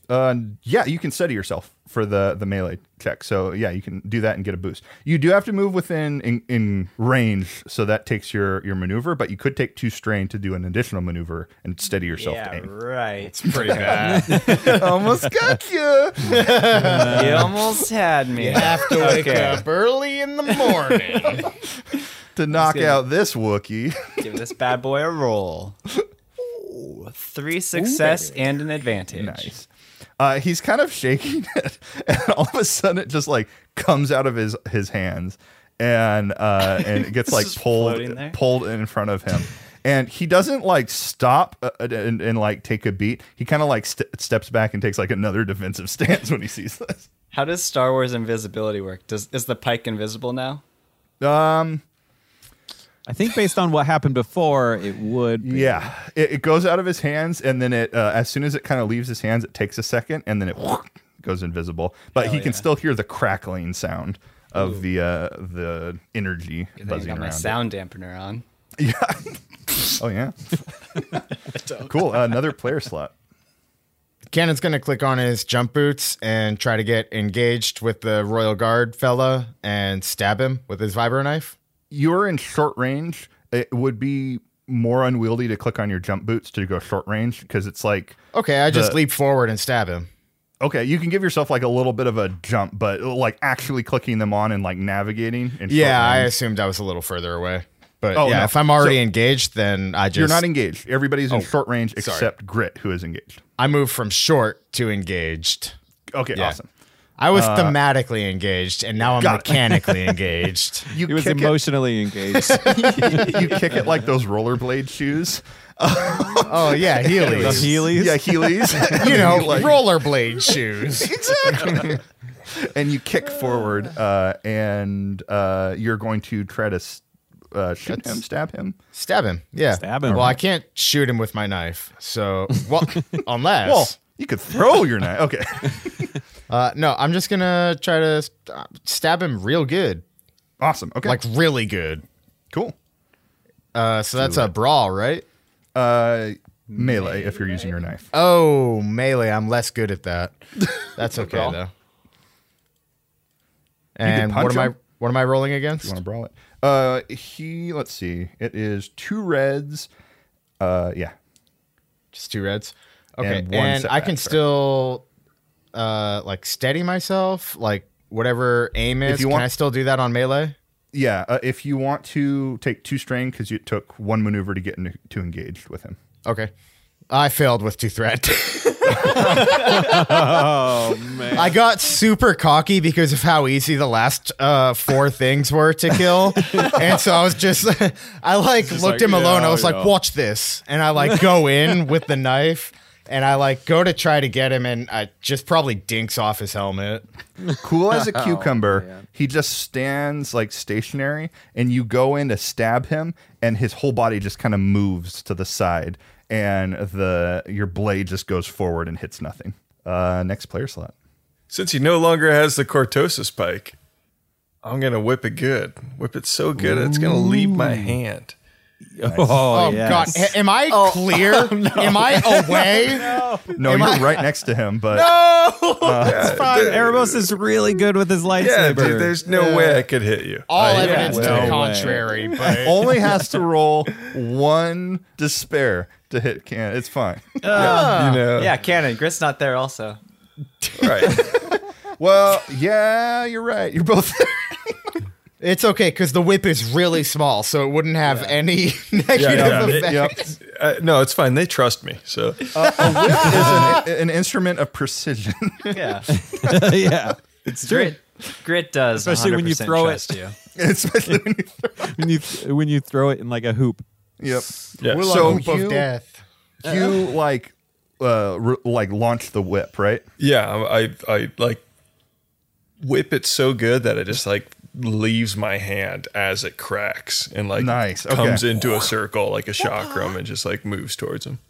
Uh, yeah, you can study yourself for the the melee check. So yeah, you can do that and get a boost. You do have to move within in, in range, so that takes your your maneuver. But you could take two strain to do an additional maneuver and steady yourself to yeah, aim. right. It's [laughs] Pretty bad. [laughs] Almost got you. you almost had me. You have to wake Okay. up early in the morning. to knock good. out this Wookiee. [laughs] Give this bad boy a roll. Ooh, three success and an advantage. nice. Uh, he's kind of shaking [laughs] it, and all of a sudden it just like comes out of his his hands, and uh, [laughs] and it gets like Just floating pulled there. pulled in front of him, and he doesn't like stop uh, and, and like take a beat. He kind of like st- steps back and takes like another defensive [laughs] stance when he sees this. How does Star Wars invisibility work? Does is the pike invisible now? Um, I think based on what happened before, it would. Be. yeah, it, it goes out of his hands, and then it uh, as soon as it kind of leaves his hands, it takes a second, and then it goes invisible. But he can still hear the crackling sound of the uh, the energy I think I buzzing got my around. it. sound dampener on. Oh [laughs] yeah. [laughs] cool. Uh, another player slot. Cannon's gonna click on his jump boots and try to get engaged with the royal guard fella and stab him with his vibro knife. You're in short range. It would be more unwieldy to click on your jump boots to go short range because it's like Okay, I just The- leap forward and stab him. okay, you can give yourself like a little bit of a jump, but like actually clicking them on and like navigating. in short Yeah, I range- assumed I was a little further away. But Oh, yeah, no. if I'm already So- engaged, then I just you're not engaged. Everybody's in Oh, short range sorry. except Grit, who is engaged. I move from short to engaged. Okay, Yeah. awesome. Uh, I was thematically engaged, and now I'm got it. mechanically [laughs] engaged. You He was kick emotionally engaged. it, you kick it like those rollerblade shoes. Oh [laughs] yeah, the Heelys. Heelys. Yeah, [laughs] Heelys. [laughs] you know, Like- rollerblade shoes. exactly. and you kick forward, uh, and uh, you're going to try to s- uh, shoot him, stab him. Stab him. Yeah. Stab him. Well, I can't shoot him with my knife. [laughs] So, well, unless. Well, you could throw your knife. Okay. [laughs] Uh, no, I'm just going to try to st- stab him real good. awesome. Okay. Like, really good. cool. Uh, so that's a brawl, right? Uh, melee if you're using your knife. Oh, melee. I'm less good at [laughs] that. That's okay, though. And punch what am I him. what am I rolling You against? want to brawl it? Uh, he. Let's see. It is two reds. Uh, yeah. Just two reds. Okay. And And, one I setback, can sorry. still uh like steady myself, like whatever aim is. you Can want- I still do that on melee? Yeah. Uh, if you want to take two strain because you took one maneuver to get into to engage with him. Okay. I failed with two [laughs] threat. oh man. I got super cocky because of how easy the last uh, four things were to kill, and so I was just, [laughs] I like Just looked like, him alone. yeah, I was like, yeah. "Watch this," and I like go in with the knife, and I like go to try to get him, and I just probably dinks off his helmet. cool as a cucumber. he just stands like stationary, and you go in to stab him, and his whole body just kind of moves to the side, and the your blade just goes forward and hits nothing. Uh, next player slot. Since he no longer has the cortosis pike, I'm gonna whip it good. Whip it so good it's gonna leave my hand. Oh, God, A- am I clear? Am I away? No, you're right next to him, but No, Uh, it's fine. Erebos is really good with his lightsaber. Yeah, dude, there's no way I could hit you. All I- evidence yeah, to the no way. contrary, but only has to roll one despair to hit can. It's fine. Yeah, you know. yeah, Cannon. Grit's not there also. [laughs] Well, yeah, you're right. You're both. [laughs] It's okay because the whip is really small, so it wouldn't have any [laughs] negative effect. Uh, no, it's fine. They trust me. So Uh, a whip is an, an instrument of precision. [laughs] Yeah. [laughs] yeah. It's Grit, Grit does. Especially when you 100% throw trust it. You. Especially when you throw when you when you throw it in like a hoop. Yep. We're like so hoop of you- death. You like, uh, r like launch the whip, right? yeah, I, I I like whip it so good that it just like leaves my hand as it cracks and like Nice, okay. comes into a circle like a chakram and just like moves towards him.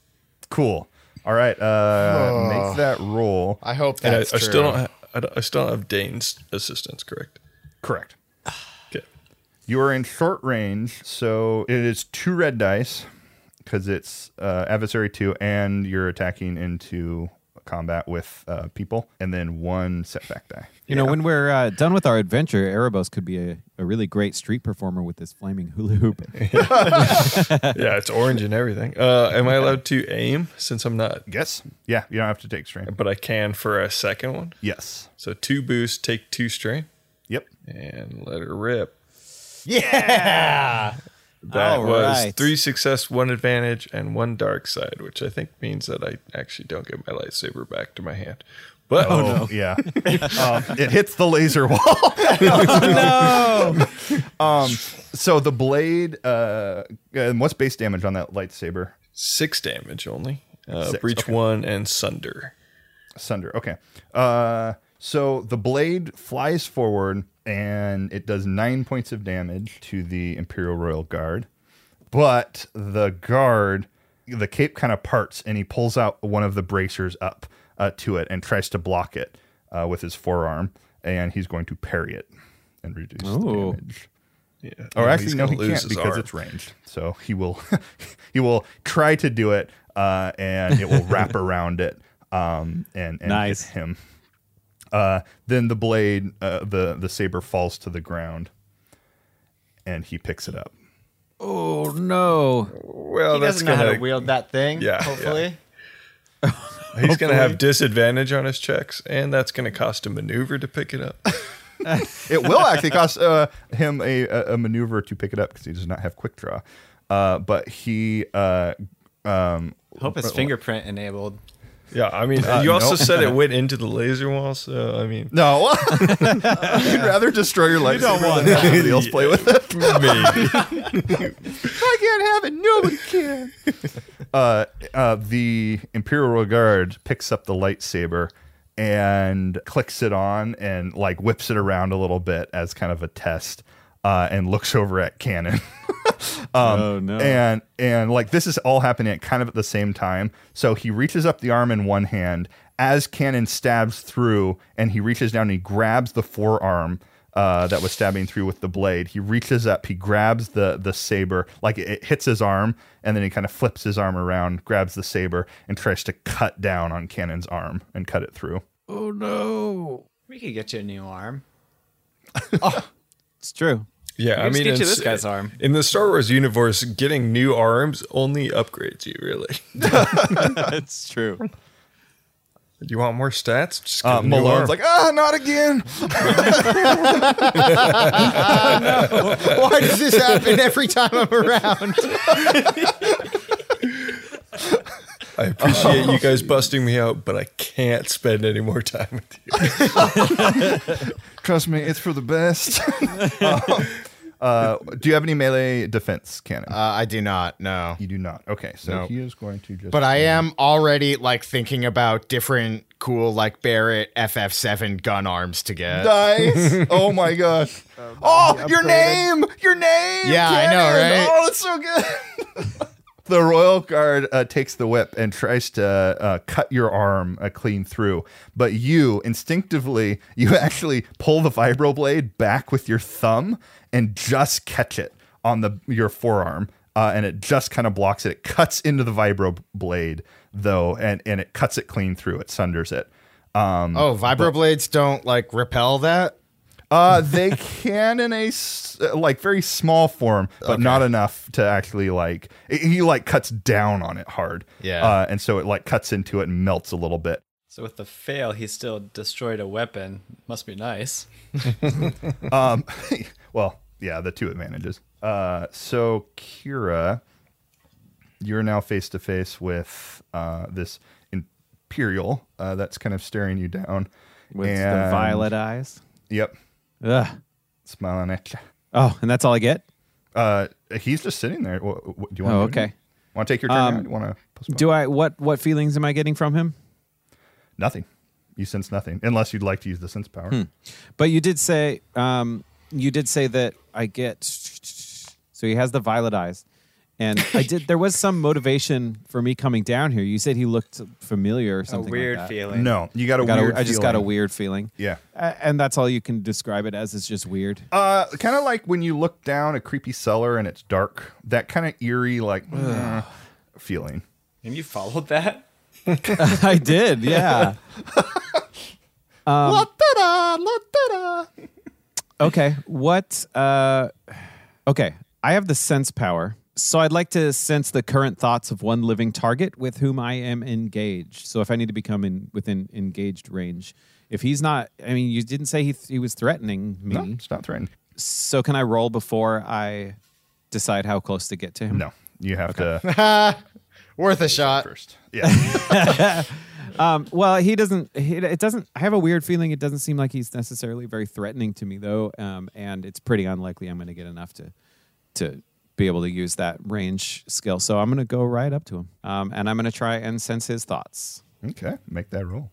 Cool. All right. Uh, Oh. make that roll. I hope And I, I still [laughs] don't. ha- I, don't- I still don't have Dane's assistance. Correct. Correct. Okay. You are in short range, so it is two red dice because it's uh, adversary two, and you're attacking into combat with uh, people, and then one setback die. You know, when we're uh, done with our adventure, Erebos could be a, a really great street performer with this flaming hula hoop. yeah, it's orange and everything. Uh, am I allowed to aim since I'm not? Yes. Yeah, you don't have to take strain. But I can for a second one. Yes. So two boosts, take two strain. Yep. And let her rip. Yeah. [laughs] That All was right. three success, one advantage, and one dark side, which I think means that I actually don't get my lightsaber back to my hand. But Oh, no. [laughs] yeah, um, it hits the laser wall. [laughs] no. Um, so the blade. Uh, and what's base damage on that lightsaber? Six damage only. Uh, Six, breach okay. one and sunder. Sunder. Okay. Uh, so the blade flies forward and it does nine points of damage to the Imperial Royal Guard. But the guard, the cape kind of parts and he pulls out one of the bracers up uh, to it and tries to block it uh, with his forearm. And he's going to parry it and reduce the Ooh. damage. Yeah, Or and actually, he's no, gonna he lose can't his because arm. it's ranged. So he will [laughs] he will try to do it, uh, and it will [laughs] wrap around it um, and, and Nice. hit him. Uh, then the blade, uh, the the saber falls to the ground, and he picks it up. Oh no! Well, he that's doesn't know how gonna- to wield that thing. Yeah, yeah. Hopefully. He's going Hopefully. to have disadvantage on his checks, and that's going to cost a maneuver to pick it up. [laughs] It will [laughs] actually cost uh, him a, a a maneuver to pick it up because he does not have quick draw. Uh, but he uh, um, Hope it's well, fingerprint enabled. Yeah, I mean, Uh, you also nope. said [laughs] it went into the laser wall, so I mean, No, [laughs] you'd rather destroy your life don't want than have that. somebody else play [laughs] with it. I can't have it. Nobody can. [laughs] uh, uh, the Imperial Guard picks up the lightsaber and clicks it on and like whips it around a little bit as kind of a test uh, and looks over at Cannon. [laughs] um, Oh, no. And and like this is all happening at kind of at the same time. So he reaches up the arm in one hand as Cannon stabs through, and he reaches down and he grabs the forearm. Uh, that was stabbing through with the blade. He reaches up, he grabs the the saber, like it, it hits his arm, and then he kind of flips his arm around, grabs the saber, and tries to cut down on Cannon's arm and cut it through. Oh no. We could get you a new arm. It's true. We Yeah, I can mean, just get you it's- this guy's arm. in the Star Wars universe, getting new arms only upgrades you, really. That's true. Do you want more stats? Just Uh, get a new Malone's arm. like, ah, not again. Why does this [laughs] Uh, happen every time I'm around? I appreciate you [laughs] guys busting me out, but I can't spend any more time with you. Trust me, it's for the best. [laughs] Uh, do you have any melee defense cannon? Uh, I do not. No, you do not. Okay, so No. he is going to just. [laughs] But I am already like thinking about different cool like Barrett FF7 gun arms to get. Nice. oh [laughs] my gosh. oh, your name. Your name. Yeah, I know, cannon! right? Oh, it's so good. [laughs] the royal guard uh, takes the whip and tries to uh, cut your arm uh, clean through but you instinctively you [laughs] actually pull the vibroblade back with your thumb and just catch it on the your forearm uh, and it just kind of blocks it it cuts into the vibroblade though and, and it cuts it clean through it sunders it um, Oh, vibroblades don't like repel that? uh, they can in a s- uh, like very small form, but not enough to actually like. it- he like cuts down on it hard. Yeah. uh, and so it like cuts into it and melts a little bit. So with the fail, he still destroyed a weapon. Must be nice. Um, [laughs] well, yeah, the two advantages. Uh, so Kira, you're now face to face with uh, this imperial uh, that's kind of staring you down With the And- violet eyes. Yep, Ugh. smiling at you. Oh, and that's all I get? Uh, he's just sitting there. What, what, do you want? Oh, to okay. Want to take your turn? Um, now? do you want to? Do I what what feelings am I getting from him? Nothing. You sense nothing, unless you'd like to use the sense power. Hmm. But you did say um you did say that I get so he has the violet eyes. And I did there was some motivation for me coming down here. You said he looked familiar or something like weird that. feeling. No, you got a Got a- weird. I just got a feeling. weird feeling. Yeah. A- and that's all you can describe it as is just [laughs] weird. Uh, kind of like when you look down a creepy cellar and it's dark. That kind of eerie, like mm, feeling. And you followed that? I did, [laughs] yeah. Um, la da da, la da da. Okay. What? Uh, okay. I have the sense power. So I'd like to sense the current thoughts of one living target with whom I am engaged. So if I need to become in within engaged range, if he's not, I mean, you didn't say he he was threatening me. No, it's not threatened. So can I roll before I decide how close to get to him? No, you have [laughs] to Worth a shot. first. Yeah. Um, well, he doesn't. He, it doesn't. I have a weird feeling. It doesn't seem like he's necessarily very threatening to me, though. Um, and it's pretty unlikely I'm going to get enough to to be able to use that range skill. So I'm going to go right up to him, um, and I'm going to try and sense his thoughts. okay, make that roll.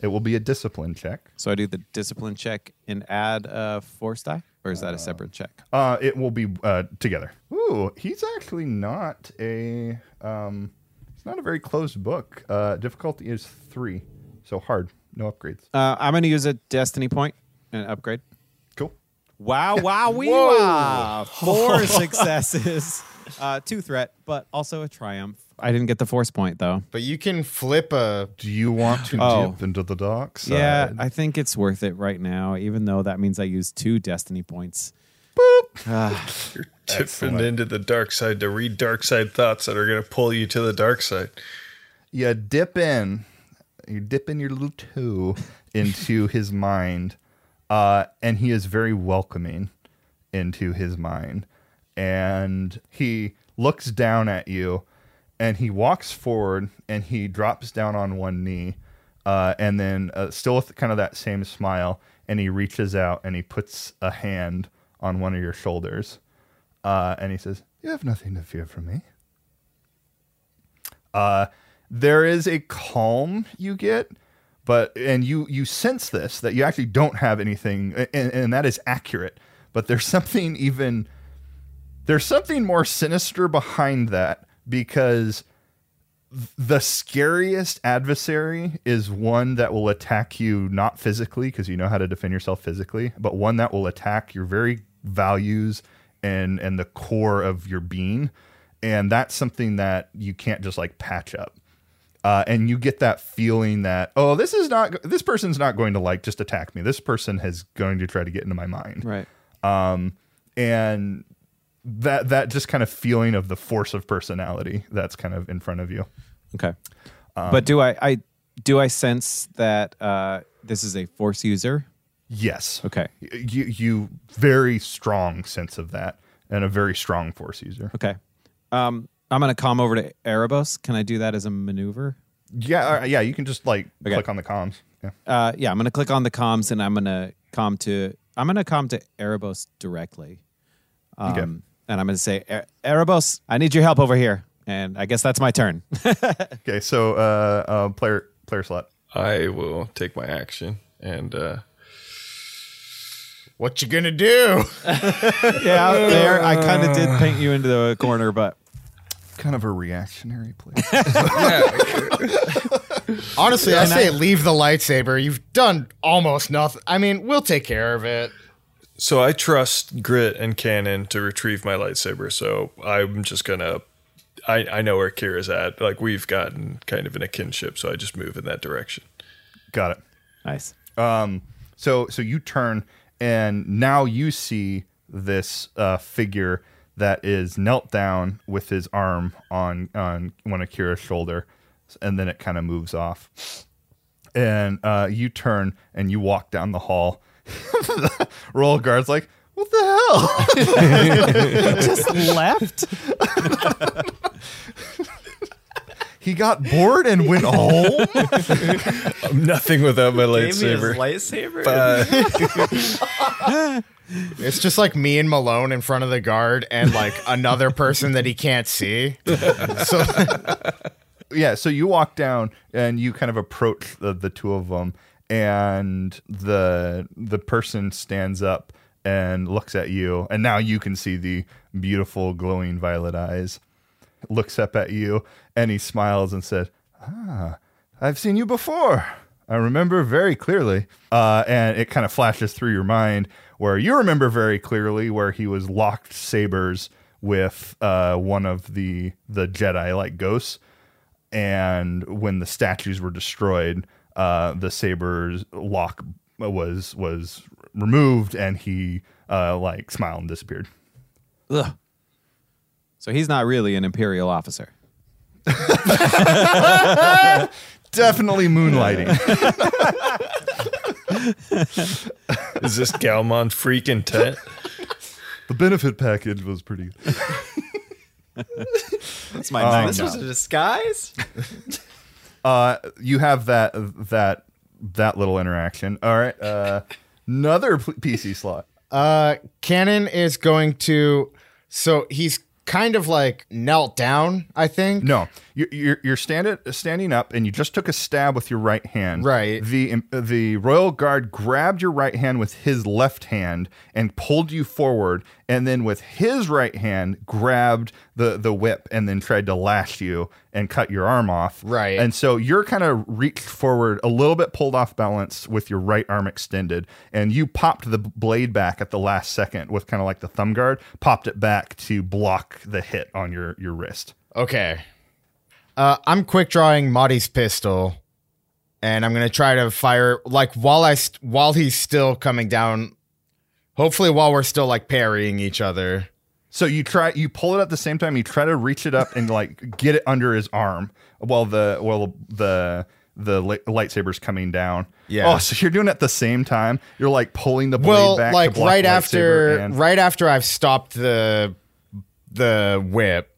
It will be a discipline check. So I do the discipline check and add a force die, or is that a separate check? Uh, it will be uh, together. Ooh, he's actually not a. Um, it's not a very closed book. Uh, difficulty is three, so hard. No upgrades. Uh, I'm going to use a destiny point and upgrade. Cool. Wow! Wow! We wow! Four successes, [laughs] uh, two threat, but also a triumph. I didn't get the force point though. But you can flip a Do you want to Oh. dip into the dark side? Yeah, I think it's worth it right now, even though that means I use two destiny points. Tipping into the dark side to read dark side thoughts that are going to pull you to the dark side. you dip in, you dip in your little toe [laughs] into his mind, uh, and he is very welcoming into his mind. And he looks down at you, and he walks forward, and he drops down on one knee, uh, and then uh, still with kind of that same smile, and he reaches out and he puts a hand on one of your shoulders, uh, and he says, "You have nothing to fear from me." Uh, there is a calm you get, but and you you sense this that you actually don't have anything, a- and, and that is accurate. But there's [laughs] something even there's something more sinister behind that because th- the scariest adversary is one that will attack you not physically because you know how to defend yourself physically, but one that will attack your very values and and the core of your being, and that's something that you can't just like patch up. Uh, and you get that feeling that oh this is not this person's not going to like just attack me this person is going to try to get into my mind Right. um, and that that just kind of feeling of the force of personality that's kind of in front of you. Okay. but do I, I do I sense that uh, this is a force user? Yes, Okay. Y- you you very strong sense of that and a very strong force user. Okay. Um, I'm gonna come over to Erebos. Can I do that as a maneuver? Yeah, uh, yeah. You can just like click on the comms. Yeah. Uh, yeah, I'm gonna click on the comms and I'm gonna com to I'm gonna com to Erebos directly. Um, Okay. And I'm gonna say, "E- Erebos, I need your help over here. And I guess that's my turn. [laughs] okay, so uh, uh, player player slot. I will take my action and uh What you gonna do? [laughs] yeah, out there. I kind of did paint you into the corner, but kind of a reactionary play. Honestly, I And say I- leave the lightsaber. You've done almost nothing. I mean, we'll take care of it. so I trust Grit and Cannon to retrieve my lightsaber, so I'm just gonna I, I know where Kira's at. Like we've gotten kind of in a kinship, so I just move in that direction. Got it. Nice. Um, so so you turn and now you see this uh, figure that is knelt down with his arm on on one of Kira's shoulder, and then it kind of moves off. And uh, you turn and you walk down the hall. [laughs] Roll guards like, what the hell? just [laughs] left. [laughs] He got bored and went home. I'm nothing without my Gave me his lightsaber. lightsaber? Bye. It's just like me and Malone in front of the guard and [laughs] like another person that he can't see. So yeah so you walk down and you kind of approach the, the two of them and the the person stands up and looks at you and now you can see the beautiful glowing violet eyes looks up at you and he smiles and said ah i've seen you before i remember very clearly uh, and it kind of flashes through your mind where you remember very clearly where he was locked sabers with uh, one of the the jedi like ghosts and when the statues were destroyed, uh, the saber's lock was was removed, and he uh, like smiled and disappeared. Ugh. So he's not really an imperial officer. Definitely moonlighting. Is this Galmon freak intent? [laughs] the benefit package was pretty. That's my Um, this was a disguise? Uh, you have that that that little interaction. All right, uh, another p- PC slot. Uh, Cannon is going to. So he's kind of like knelt down, I think. No, you're you're, you're standing standing up, and you just took a stab with your right hand. Right. The the royal guard grabbed your right hand with his left hand and pulled you forward, and then with his right hand grabbed the the whip and then tried to lash you and cut your arm off. Right. And so you're kind of reached forward a little bit, pulled off balance with your right arm extended, and you popped the blade back at the last second with kind of like the thumb guard, popped it back to block the hit on your your wrist. Okay. Uh, I'm quick drawing Marty's pistol, and I'm gonna try to fire like while I st- while he's still coming down. Hopefully, while we're still like parrying each other. So you try, you pull it at the same time. You try to reach it up and like get it under his arm while the while the the li- lightsaber's coming down. Yeah. Oh, so you're doing it at the same time. You're like pulling the blade Well, back. to like block right lightsaber after and- right after I've stopped the the whip,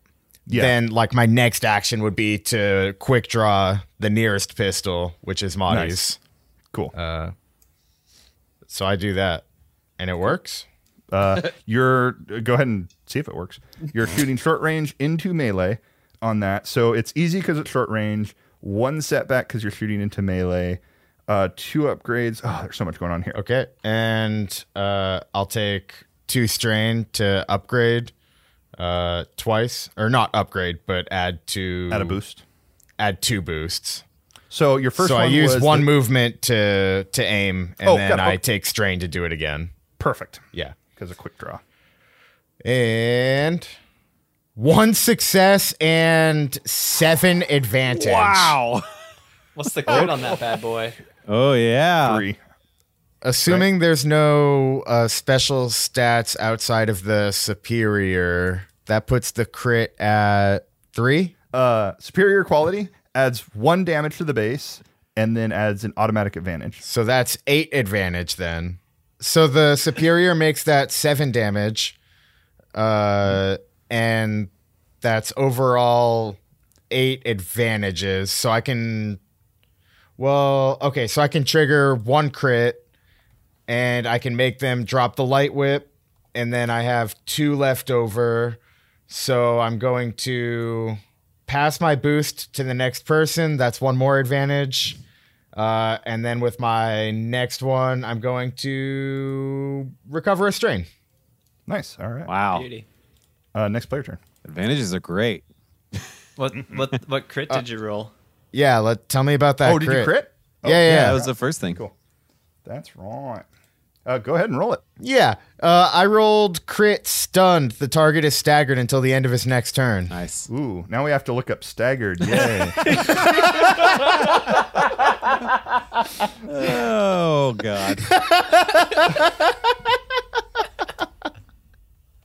Yeah. then like my next action would be to quick draw the nearest pistol, which is Marty's. Nice. Cool. Uh, so I do that, and it works. Uh, you're go ahead and see if it works. You're shooting short range into melee on that, so it's easy because it's short range. One setback because you're shooting into melee. Uh, two upgrades. Oh, there's so much going on here. Okay, and uh, I'll take two strain to upgrade uh, twice, or not upgrade, but add two. Add a boost. Add two boosts. So your first. so I one use was one the- movement to to aim, and Oh, then got it. I Okay. take strain to do it again. Perfect. Yeah, Because a quick draw. and one success and seven advantage. What's the code on that bad boy? Oh yeah. Three. Assuming there's no uh, special stats outside of the superior, that puts the crit at three. Uh, superior quality adds one damage to the base and then adds an automatic advantage. So that's eight advantage then. So the superior makes that seven damage, uh, and That's overall eight advantages. So I can. Well, okay, so I can trigger one crit and I can make them drop the light whip. And then I have two left over. So I'm going to pass my boost to the next person. That's one more advantage. Uh, and then with my next one, I'm going to recover a strain. Nice. All right. Wow. Beauty. Uh, next player turn. Advantages are great. What what what crit did you roll? Yeah, let tell me about that. Oh, did you crit? Yeah, yeah, yeah. That was the first thing. Cool. That's right. Uh, go ahead and roll it. Yeah, uh, I rolled crit stunned. The target is staggered until the end of his next turn. Nice. Ooh, now we have to look up staggered. Yay. Oh god.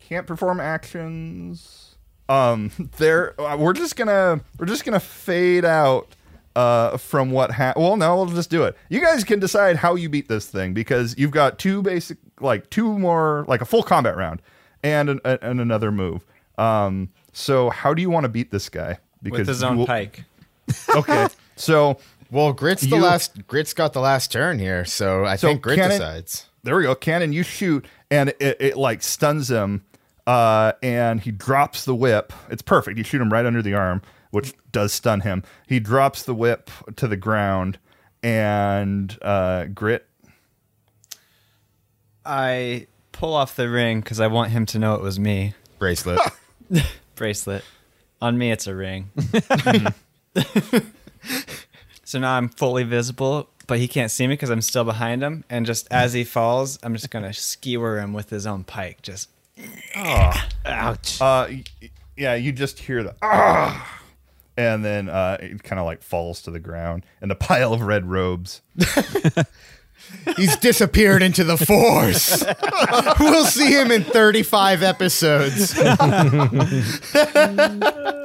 Can't perform actions. Um, [laughs] there. uh, We're just gonna we're just gonna fade out uh, from what ha- Well, no, we'll just do it. You guys can decide how you beat this thing because you've got two basic, like two more, like a full combat round, and an, a- and another move. Um, so how do you want to beat this guy? With his you own will- pike. [laughs] Okay. So Well, Grit's the You- last. Grit's got the last turn here, so I So think Grit can it- decides. There we go. Cannon, you shoot, and it, it like stuns him, uh, and he drops the whip. It's perfect. You shoot him right under the arm, which does stun him. He drops the whip to the ground, and uh, Grit. I pull off the ring because I want him to know it was me. [laughs] Bracelet. Bracelet. On me, it's a ring. [laughs] so now I'm fully visible, but he can't see me because I'm still behind him. And just as he falls, I'm just gonna skewer him with his own pike. Just ouch. Uh, y- y- yeah, you just hear the ah, and then uh, it kind of like falls to the ground, and the [laughs] pile of red robes. He's disappeared into the force. [laughs] we'll see him in 35 episodes.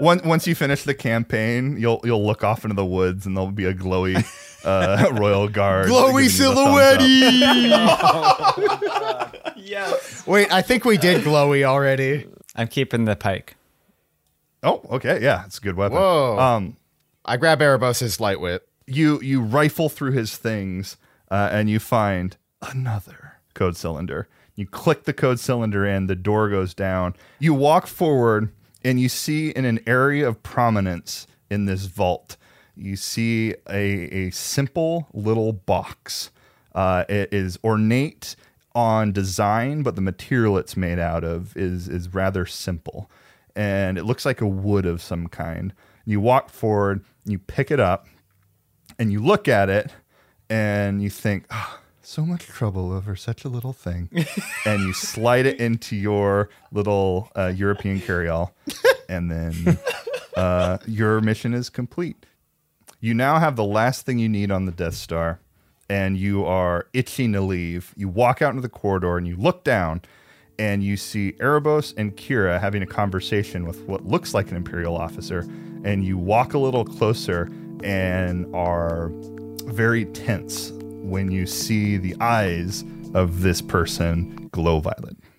Once once you finish the campaign, you'll you'll look off into the woods, and there'll be a glowy uh, [laughs] royal guard, giving Glowy you the thumbs silhouette. up. yes. Wait, I think we did glowy already. I'm keeping the pike. Oh, okay, yeah, it's a good weapon. Whoa. Um, I grab Erebos' light whip. you you rifle through his things, uh, and you find another code cylinder. You click the code cylinder in, the door goes down. You walk forward, and you see in an area of prominence in this vault, you see a a simple little box. Uh, it is ornate on design, but the material it's made out of is is rather simple, and it looks like a wood of some kind. You walk forward, you pick it up, and you look at it and you think, "Ah, so much trouble over such a little thing. and you slide it into your little uh, European carryall. And then uh, your mission is complete. You now have the last thing you need on the Death Star, and you are itching to leave. You walk out into the corridor and you look down, and you see Erebos and Kira having a conversation with what looks like an Imperial officer. And you walk a little closer and are very tense when you see the eyes of this person glow violet.